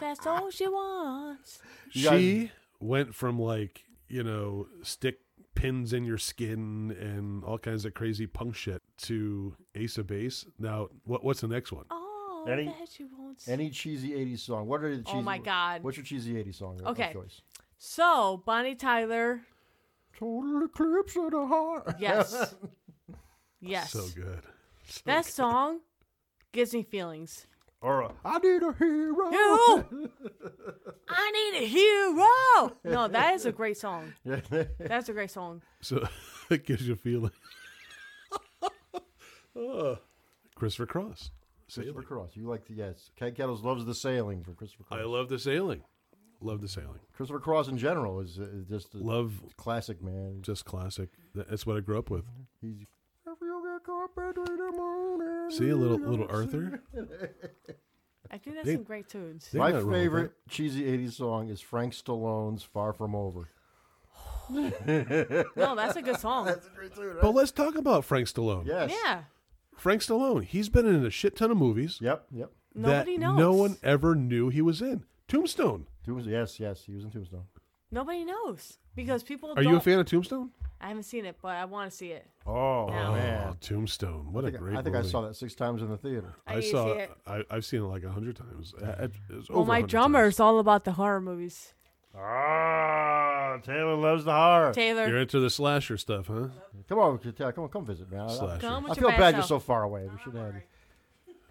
D: That's all she wants.
B: You guys-
C: She went from like you know stick pins in your skin and all kinds of crazy punk shit to Ace of Base. Now, what what's the next one?
D: All
G: Any-
D: that she wants.
B: Any cheesy '80s song? What are the
D: Oh
B: cheesy?
D: my God.
B: What's your cheesy '80s song? of- of
D: Okay.
B: choice?
D: so Bonnie Tyler,
B: Total eclipse of the heart.
D: yes, yes,
C: So good.
D: that song gives me feelings.
G: Or a,
B: I need a hero.
D: Hero, I need a hero. No, that is a great song. That's a great song.
C: So it gives you a feeling. Uh, Christopher Cross.
B: Christopher
C: Sailing.
B: Cross. You like the yes? Keg Kettles loves the sailing from Christopher Cross.
C: I love the sailing. Love the sailing.
B: Christopher Cross in general is, uh, is just a
C: Love
B: classic man.
C: just classic. Th- That's what I grew up with.
B: He's If you wake up at three in the morning,
C: See a little little Arthur.
D: I think that's
C: They-
D: some great tunes.
C: They're
B: My
C: not wrong with that.
B: favorite cheesy '80s song is Frank Stallone's "Far From Over."
D: No, that's a good song.
C: But let's talk about Frank Stallone.
B: Yes.
D: Yeah,
C: Frank Stallone. He's been in a shit ton of movies
B: Yep. Yep.
C: that
D: nobody knows.
C: no one ever knew he was in. Tombstone.
B: Tombstone. Yes. Yes. He was in Tombstone.
D: Nobody knows because people.
C: Are
D: don't,
C: you a fan of Tombstone?
D: I haven't seen it, but I want to see it.
G: oh,
D: Yeah.
C: Oh, Tombstone. What
B: I
C: a
B: think,
C: great
B: I, think I
C: movie.
B: saw that six times in the theater.
D: I
C: I
D: need to
C: saw.
D: see it.
C: I, I've seen it like a hundred times. I- I- it was
D: Well,
C: over
D: my
C: 100
D: drummer
C: times.
D: is all about the horror movies.
G: ah, Taylor loves the horror.
D: Taylor,
C: You're into the slasher stuff, huh?
B: Come on, Katia, come on, come visit, man. I, I,
C: Slasher.
D: come with
B: I
D: your
B: feel
D: Oh bad
B: bad you're so
D: self.
B: far away. We should have.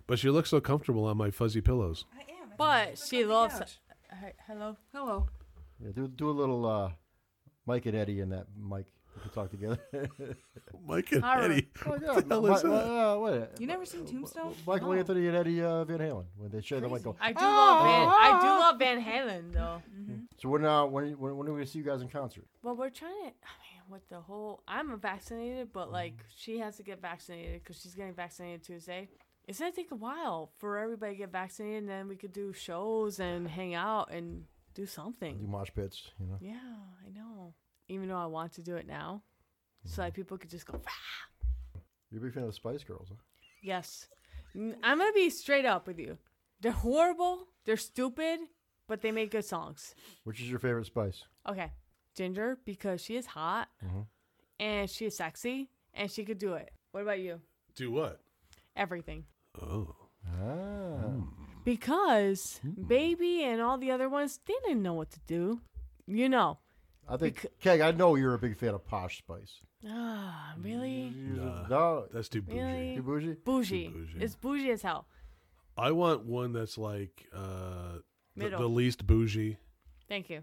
C: But you look so comfortable on my fuzzy pillows.
H: I am.
D: But she loves. Hi- Hello.
H: Hello.
B: Yeah, do do a little uh, Mike and Eddie and that Mike. We can talk together.
C: Mike and
D: Horror.
C: Eddie.
B: oh my
C: What
B: God,
C: the hell is
B: Mi-
C: that?
B: Mi- uh, what-
H: You never seen Tombstone?
D: Oh.
B: Michael Anthony and Eddie uh, Van Halen when they share the mic. Go.
D: I do love Van. I do love Van Halen though.
B: So when uh, when when when are we gonna see you guys in concert?
D: Well, we're trying to. I mean, with the whole, I'm vaccinated, but like she has to get vaccinated because she's getting vaccinated Tuesday. It's gonna take a while for everybody to get vaccinated, and then we could do shows and hang out and do
B: Do
D: something.
B: mosh pits, you know?
D: Yeah, I know. Even though I want to do it now, so that people could just go. "Rah."
B: You're a big fan of the Spice Girls, huh?
D: Yes, N- I'm gonna be straight up with you. They're horrible. They're stupid, but they make good songs.
B: Which is your favorite Spice?
D: Okay. Ginger, because she is hot and she is sexy and she could do it. What about you?
C: Do what?
D: Everything.
C: Oh.
D: Because Baby and all the other ones, they didn't know what to do. You know.
B: I think
D: Becau-
B: Keg. I know you're a big fan of Posh Spice.
D: Ah, really?
C: Nah,
B: No,
C: that's too bougie.
D: Really?
B: you bougie.
D: Bougie.
C: bougie.
D: It's bougie as hell.
C: I want one that's like uh, the,
D: Middle.
C: the least bougie.
D: Thank you.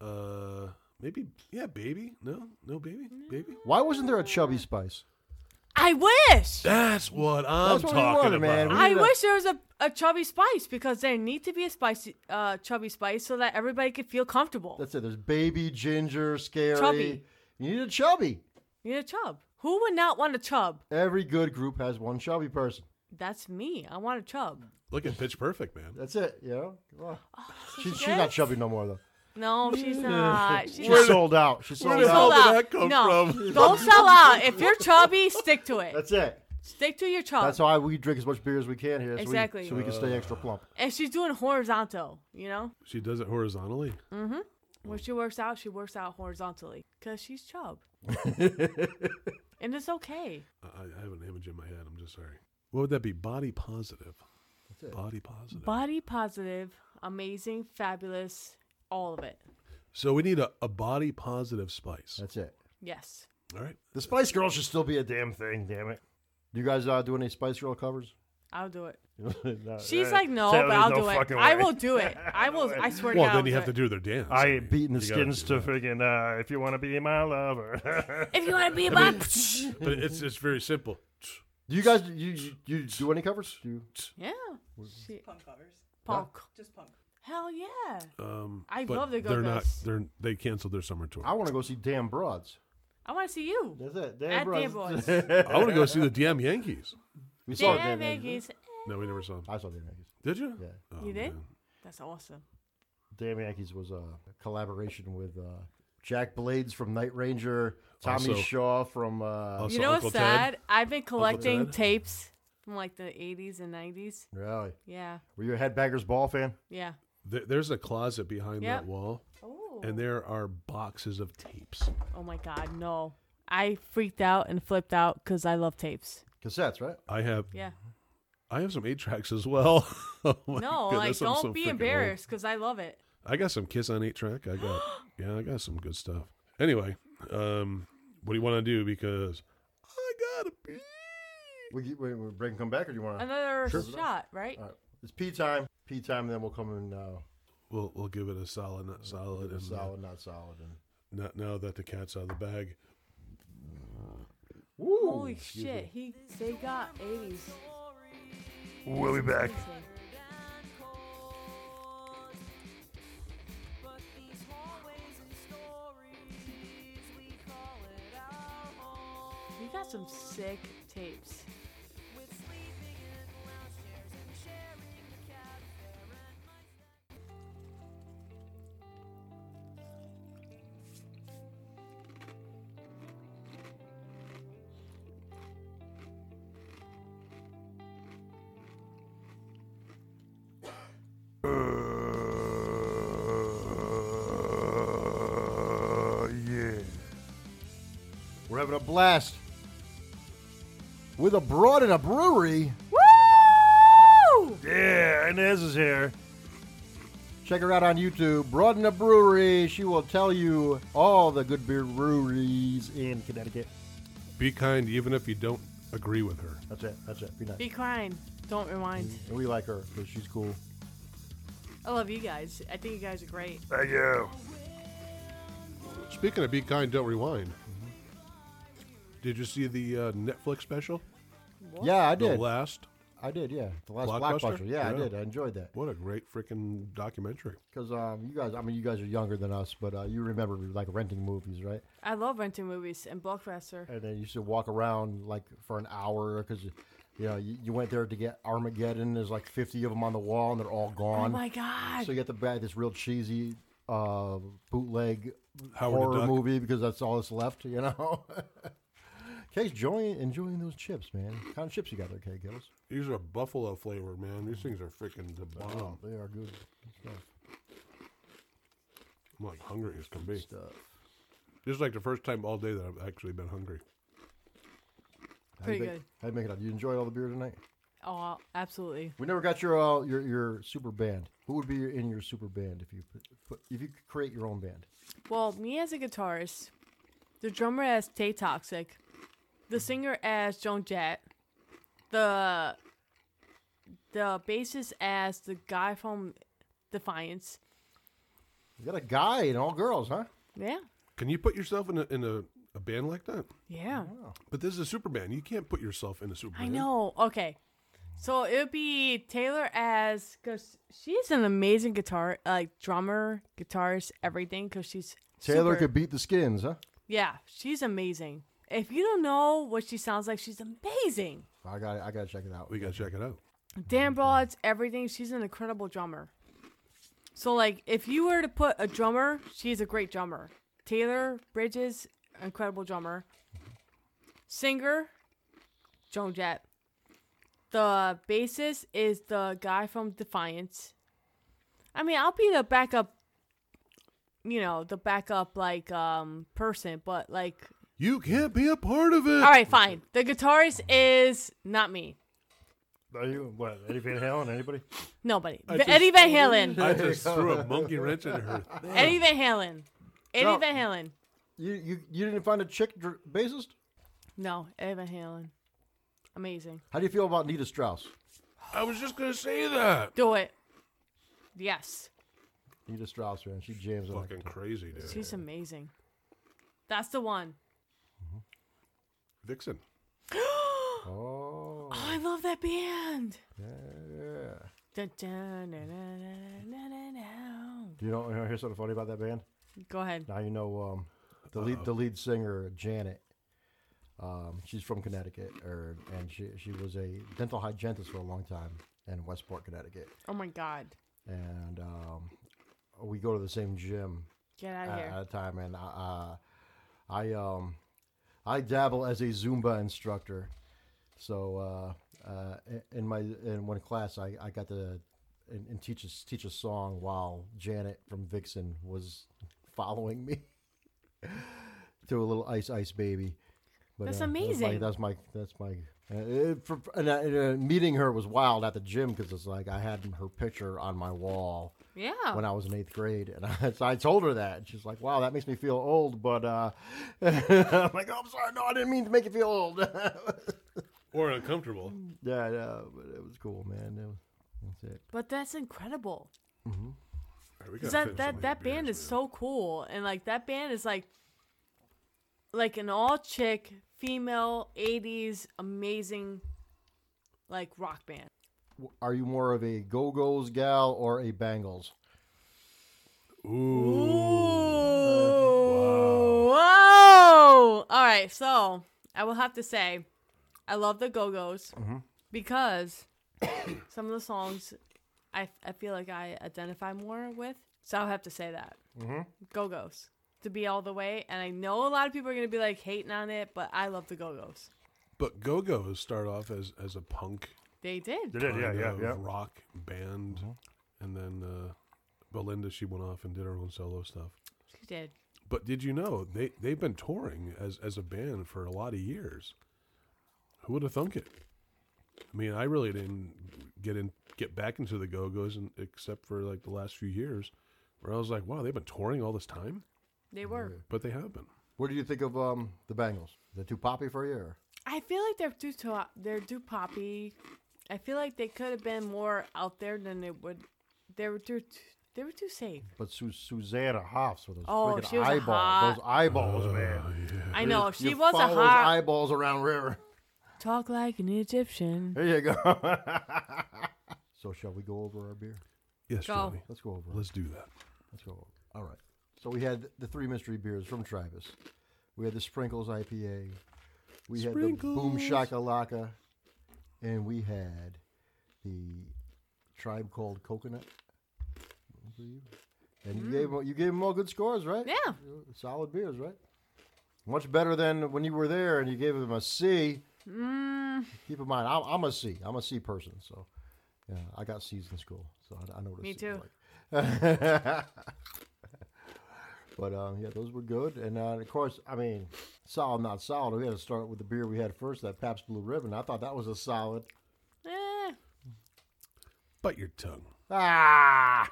C: Uh, maybe yeah, baby. No, no, baby, baby.
B: Why wasn't there a Chubby Spice?
D: I wish!
C: That's what I'm
B: That's what we
C: talking
B: wanted,
C: about.
B: man. We-
D: I
B: need a-
D: wish there was a, a chubby spice because there need to be a spicy uh, chubby spice so that everybody could feel comfortable.
B: That's it. There's baby, ginger, scary.
D: Chubby.
B: You need a chubby.
D: you need a chub. Who would not want a chub?
B: Every good group has one chubby person.
D: That's me. I want a chub.
C: Look at Pitch Perfect, man.
B: That's it. You know. Well,
D: Oh,
B: she, she's
D: good.
B: not chubby no more though.
D: No, she's not. She's
B: She's
D: not.
B: sold out. She's sold
C: the
B: out.
C: hell
D: Sold
C: did
D: out.
C: that come
D: no,
C: from?
D: don't sell out. If you're chubby, stick to it.
B: That's it.
D: Stick to your chub.
B: That's why we drink as much beer as we can here, so
D: Exactly.
B: we, so we can
G: Uh.
B: stay extra plump.
D: and she's doing horizontal, you know?
C: She does it horizontally.
D: When she works out, she works out horizontally because she's chub. and it's okay.
C: I, I have an image in my head. I'm just sorry. What would that be? Body positive. Body positive.
D: Body positive, amazing, fabulous, all of it.
C: so we need a, a body positive spice.
B: That's it.
D: Yes.
C: All right.
B: The Spice Girls should still be a damn.
G: Damn thing, damn it.
B: Do you guys uh, do any Spice Girl covers?
D: I'll do it.
G: No,
D: She's
G: uh,
D: like, no,
G: Taylor,
D: but I'll
G: no
D: do it.
G: fucking
D: I
G: way.
D: will do it. I will. I swear to
C: Well,
D: God.
C: then
D: I'll
C: you have to
D: it.
C: do their dance.
G: I ain't beating the
C: you gotta
G: skins
C: do
G: to freaking, uh, if you want to be my lover.
D: If you want to be a bop.
C: but it's it's very simple.
B: Do you guys you you, you do any covers? Do you,
D: yeah. She,
H: Punk covers.
D: punk.
H: Just punk.
D: Hell yeah.
C: Um,
D: I
C: but
D: love the
C: They're not.
D: Go-Go's.
C: They're they canceled their summer tour.
B: I want to go see Damn Broads.
D: I want to see you.
B: That's it.
D: At
B: Damn
D: Damn
B: Broads.
D: Boys.
C: I want to go see the damn Yankees.
B: we saw
D: Damn
B: Damn Yankees.
D: Yankees.
C: No, we never saw them.
B: I saw Damn Yankees.
C: Did you?
B: Yeah.
C: Oh,
D: You did?
C: man.
D: That's awesome.
B: Damn Yankees was uh, a collaboration with uh, Jack Blades from Night Ranger, Tommy
C: Also-
B: Shaw from. Uh,
C: Also,
D: you know
C: Uncle
D: what's sad?
C: Ted.
D: I've been collecting
C: Ted?
D: tapes from like the 80s and 90s.
B: really?
D: Yeah,
B: Were you a Headbangers Ball fan?
D: yeah.
C: There- There's a closet behind
D: Yep.
C: that wall,
D: Oh.
C: and there are boxes of tapes.
D: Oh my God, no. I freaked out and flipped out because I love tapes.
B: Cassettes, right?
C: I have
D: Yeah.
C: I have some eight tracks as well. Oh my
D: no,
C: goodness,
D: like
C: I'm
D: don't
C: so freaking
D: be
C: old.
D: embarrassed because I love it.
C: I got some Kiss on eight track. I got yeah, I got some good stuff. Anyway, um, what do you want to do? Because I gotta be.
B: We, get- we, we break and come back, or do you want to?
D: Another shot, right?
B: Oh, All right, it's pee time. Pee time, and then we'll come in uh,
C: We'll we'll give it a solid, not solid, and
B: solid, not solid. And
C: Not now that the cat's out of the bag.
B: woo,
D: Holy
B: excuse
D: shit,
B: me.
D: he they got 80s.
G: We'll be back.
D: We got some sick tapes.
B: We're having a blast with a broad and a brewery.
G: Yeah, Inez is here.
B: Check her out on YouTube, Broad and a Brewery. She will tell you all the good beer breweries in Connecticut.
C: Be kind, even if you don't agree with her.
B: That's it. That's it. Be nice.
D: Be kind. Don't rewind.
B: And we like her because she's cool.
D: I love you guys. I think you guys are great.
G: Thank you.
C: Speaking of be kind, don't rewind.
B: Mm-hmm.
C: Did you see the uh, Netflix special?
B: Yeah, I
C: The
B: did.
C: last.
B: I did. Yeah, the last
C: Blockbuster?
B: blockbuster. Yeah, I
C: Yeah.
B: did. I enjoyed that
C: What a great freaking documentary.
B: because um, you guys. I mean, you guys are younger than us, but uh, you remember like renting movies, right?
D: I love renting movies and Blockbuster.
B: And then you used to walk around like for an hour because you know you, you went there to get Armageddon. There's like 50 of them on the wall, and they're all
D: Oh
B: gone.
D: my god.
B: So you get to buy this real cheesy uh, bootleg
C: Howard the
B: horror
C: Duck.
B: movie because that's all that's left, you know. Case, enjoying enjoying those chips, man. What kind of chips you got there, K Gillis?
C: These are buffalo flavor, man. These things are freaking the bomb.
B: Oh, They are good stuff.
C: I'm like hungry as can be.
B: stuff.
C: This is like the first time all day that I've actually been hungry.
B: How you
D: Pretty
B: make-
D: good.
B: How you make it up? You enjoyed all the beer tonight.
D: Oh, absolutely.
B: We never got your uh, your your super band. Who would be your- in your super band if you put, put, if you could create your own band?
D: Well, me as a guitarist, the drummer as Tay Toxic,
B: Mm-hmm.
D: the singer as Joan Jett, the the bassist as the guy from Defiance.
B: You got a guy and all girls, huh?
D: Yeah.
C: Can you put yourself in a in a, a band like that?
D: Yeah.
B: Oh,
C: But this is a super band. You can't put yourself in a super
D: I
C: band.
D: know. Okay. So it would be Taylor as because she's an amazing guitar like drummer, guitarist, everything. Because she's
B: Taylor
D: super-
B: could beat the skins, huh?
D: Yeah, she's amazing. If you don't know what she sounds like, she's amazing.
B: I got I got to check it out.
C: We gotta check it out.
D: Dan Broad's everything. She's an incredible drummer. So like, if you were to put a drummer, she's a great drummer. Taylor Bridges, incredible drummer. Singer, Joan Jett. The bassist is the guy from Defiance. I mean, I'll be the backup. You know, the backup like um person, but like,
C: You can't be a part of it.
D: all right, fine. The guitarist is not me.
G: Are you what? Eddie Van Halen? Anybody?
D: Nobody.
C: just-
D: Eddie Van Halen.
C: I just threw a monkey wrench in her.
D: Eddie Van Halen. Eddie
B: No.
D: Van Halen.
B: You you, you didn't find a chick dr- bassist?
D: No, Eddie Van Halen. Amazing.
B: How do you feel about Nita Strauss?
C: I was just gonna say that.
D: Do it. Yes.
B: Nita Strauss, man, she jams on.
C: Fucking crazy, dude.
D: She's amazing. That's the one.
C: Vixen.
B: Oh,
D: Oh, I love that band.
B: yeah.
D: Dun, dun, dun, dun, dun, dun, dun, dun.
B: Do you know? you know, Here's something funny about that band.
D: Go ahead.
B: Now you know um, the lead the lead singer Janet. Um, she's from Connecticut, or and she she was a dental hygienist for a long time in Westport, Connecticut.
D: Oh my God.
B: And um, we go to the same gym
D: Get out of
B: at,
D: here.
B: at a time, and I, uh, I um, I dabble as a Zumba instructor. So uh, uh, in my in one class, I, I got to and, and teach us teach a song while Janet from Vixen was following me to a little Ice Ice Baby. But,
D: That's
B: that was my-
D: amazing.
B: That's my that's my Uh, it- for, and, uh, and, uh, meeting her was wild at the gym because it's like I had her picture on my wall
D: Yeah.
B: when I was in eighth grade, and I, so I told her that, and she's like, "Wow, that makes me feel old." But uh, I'm like, "Oh, "I'm sorry, no, I didn't mean to make you feel old." yeah,
C: Or uncomfortable.
B: yeah, but it was cool, man. It was, that's it.
D: But that's incredible.
C: All right, we
D: 'Cause
C: gotta finish some
D: that that, that
C: of these
D: band
C: beers,
D: is so cool, and like that band is like, like an all chick female '80s amazing, like rock band.
B: Are you more of a Go Go's gal or a Bangles?
C: man. Ooh.
D: Whoa! All right, so I will have to say, I love the Go Go's because some of the songs I, I feel like I identify more with. So I'll have to say that. Go Go's to be all the way. And I know a lot of people are going to be like hating on it, but I love the Go Go's.
C: But Go Go's start off as as a punk
D: They did.
G: Did it? Yeah,
C: kind
G: yeah,
C: of
G: yeah. Mm-hmm.
C: rock band, and then uh, Belinda she went off and did her own solo stuff.
D: She did.
C: But did you know they they've been touring as as a band for a lot of years? Who would have thunk it? I mean, I really didn't get in get back into the Go Go's except for like the last few years, where I was like, wow, they've been touring all this time,
D: They were.
C: but they have been.
B: What do you think of um, the Bangles? Is that too poppy for you? Or?
D: I feel like they're too to- they're too poppy. I feel like they could have been more out there than it would. They were too they were too safe.
B: But Su- Susanna Hoffs with those
D: Oh,
B: freaking
D: she was a
B: eyeballs,
D: hot-
B: those eyeballs, man.
D: I know
B: Just-
D: she
B: you
D: was a
B: follow
D: hot.
B: Those eyeballs around river.
D: Talk like an Egyptian.
B: There you go. so shall we go over our beer?
C: Yes,
D: Go.
C: Johnny,
B: Let's go over. it.
C: let's do that.
B: Let's go. over. All right. So we had the three mystery beers from Travis. We had the Sprinkles IPA. We had the Boom
C: Sprinkles.
B: Shakalaka, and we had the Tribe Called Coconut. I believe. And you gave 'em- you gave them all good scores, right?
D: Yeah,
B: Solid beers, right? Much better than when you were there and you gave them a C. Keep in mind, I'm, I'm a C. I'm a C person, so yeah, I got C's in school, so I, I know what a
D: Me
B: C is
D: too.
B: like. but um, yeah, those were good, and, uh, of course, I mean, solid not solid. We had to start with the beer we had first, that Pabst Blue Ribbon. I thought that was a solid.
D: eh,
C: Bite your tongue.
B: Ah,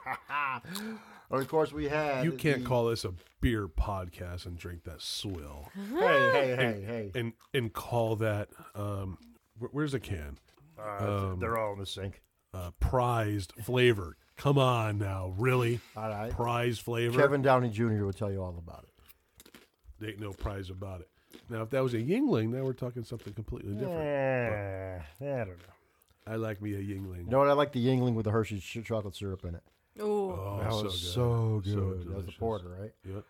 B: and of course we had.
C: You can't
B: the-
C: call this a beer podcast and drink that swill.
B: Hey, hey, hey, hey!
C: and and call that um wh- where's the can
G: Uh,
B: They're all in the sink.
C: uh prized flavor come on now really
B: All right.
C: prize flavor
B: Kevin Downey Jr. will tell you all about it.
C: there ain't no prize about it now if that was a yingling now we're talking something completely different
G: yeah, Eh, I don't know.
C: i like me a yingling
B: You know what? I like the Yingling with the Hershey's ch- chocolate syrup in it.
D: ooh,
C: oh,
B: That was
C: so good.
B: so good.
C: So
B: that was the
C: delicious.
B: porter, right?
C: Yep.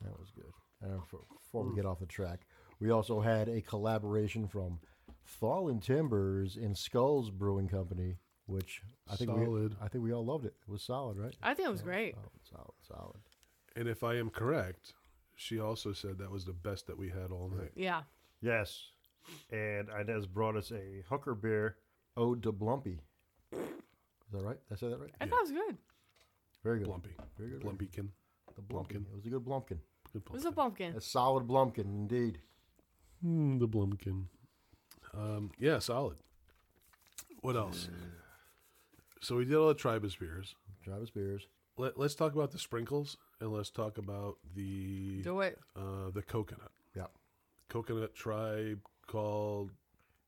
B: That was good. And for, before we get off the track, we also had a collaboration from Fallen Timbers and Skulls Brewing Company, which I think
C: Solid.
B: we I think we all loved it. It was solid, right?
D: I think it was great.
B: Solid, solid.
C: and if i am correct she also said that was the best that we had all night
D: Yeah,
G: Yes. And Inez brought us a hooker beer.
B: Ode to Blumpy. Is that right? Did I say that right?
D: I thought it was good.
B: Very good.
C: blumpy
B: Very good.
C: blumpykin
B: The Blumpkin. It was a good Blumpkin.
C: Good
D: It was a
C: blumpkin.
D: pumpkin.
B: A solid Blumpkin, indeed.
C: Mm, the blumpkin um yeah solid what else so we did all the tribe of spears
B: Travis Beers.
C: Let, let's talk about the sprinkles and let's talk about the
D: Do it.
C: uh, the coconut
B: Yeah.
C: coconut tribe called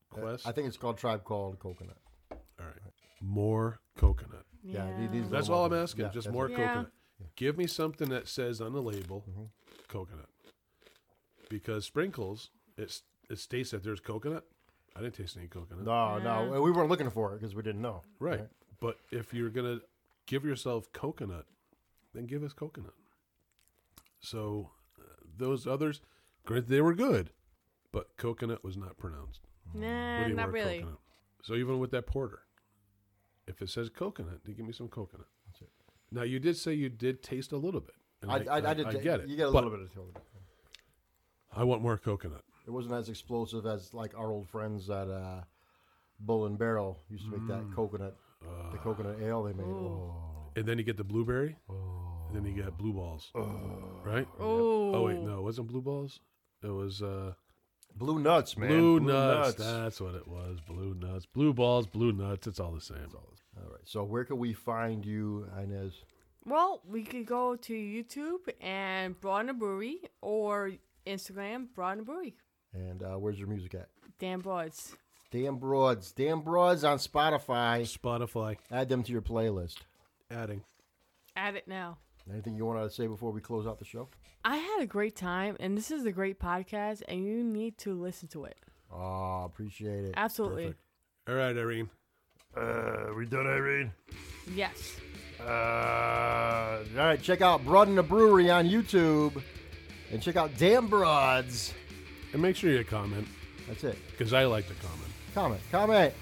C: Quest.
B: Uh, I think it's called Tribe Called Coconut.
C: all right, more coconut.
D: Yeah,
B: Yeah, these- these-
C: That's all I'm
B: Yeah,
C: asking.
B: that's
C: Just
B: it. Mm-hmm.
C: more
D: Yeah.
C: coconut. Give me something that says on the label coconut, because sprinkles it's it states that there's coconut. I didn't taste any coconut.
B: No, no, we weren't looking for it because we didn't know.
C: right. but if you're gonna give yourself coconut, then give us coconut. So uh, those others, granted, they were good, but coconut was not pronounced.
D: nah,
C: What do you
D: Eh, not
C: want,
D: really.
C: coconut? So even with that porter, if it says coconut, then give me some coconut. Now you did say you did taste a little bit. and
B: I, I, I, did.
C: I
B: ta-
C: get it.
B: You get a
C: but
B: little bit of coconut.
C: I want more coconut.
B: It wasn't as explosive as like our old friends at uh, Bull and Barrel used to make
C: Mm.
B: that coconut, the coconut ale they made. Oh,
C: And then you get the blueberry. And then you get blue balls. Right?
D: Oh,
C: Oh wait, no, it wasn't blue balls. It was uh
B: Blue nuts, man.
C: Blue,
G: Blue
C: nuts.
G: nuts.
C: That's what it was. Blue nuts. Blue balls. Blue nuts. It's all the same.
B: All right. So where can we find you, Inez?
D: Well, we could go to YouTube and Broad and Brewery or Instagram Broad and Brewery.
B: And uh, where's your music at?
D: Dan Broads.
B: Damn Broads. Damn Broads on Spotify.
C: Spotify
B: Add them to your playlist.
C: adding.
D: At it now.
B: Anything you want to say before we close out the show?
D: I had a great time, and this is a great podcast, and you need to listen to it.
B: Oh, appreciate it.
D: Absolutely.
C: All right, Irene.
G: Uh, we done, Irene?
D: Yes.
G: Uh,
B: All right, check out Broad and the Brewery on YouTube, and check out Damn Broads.
C: And make sure you comment
B: That's it.
C: because I like to comment.
B: Comment, comment.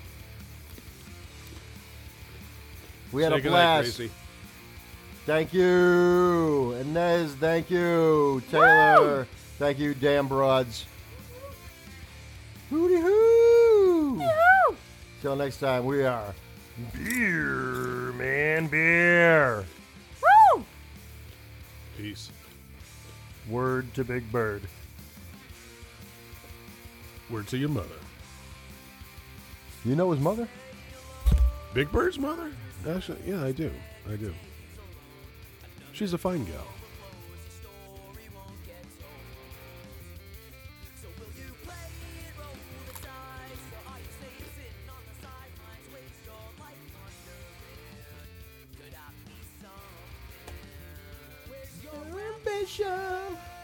B: We had
C: Say
B: a
C: goodnight,
B: blast.
C: Gracie.
B: thank you, Inez. Thank you, Taylor. Thank you, Damn Broads. Hooty hoo! Till next time, we are.
G: beer, man, beer.
C: Peace.
G: Word to Big Bird.
C: Word to your mother.
B: You know his mother?
C: Big Bird's mother? Actually, yeah, I do. I do. She's a fine gal.
B: Your ambition.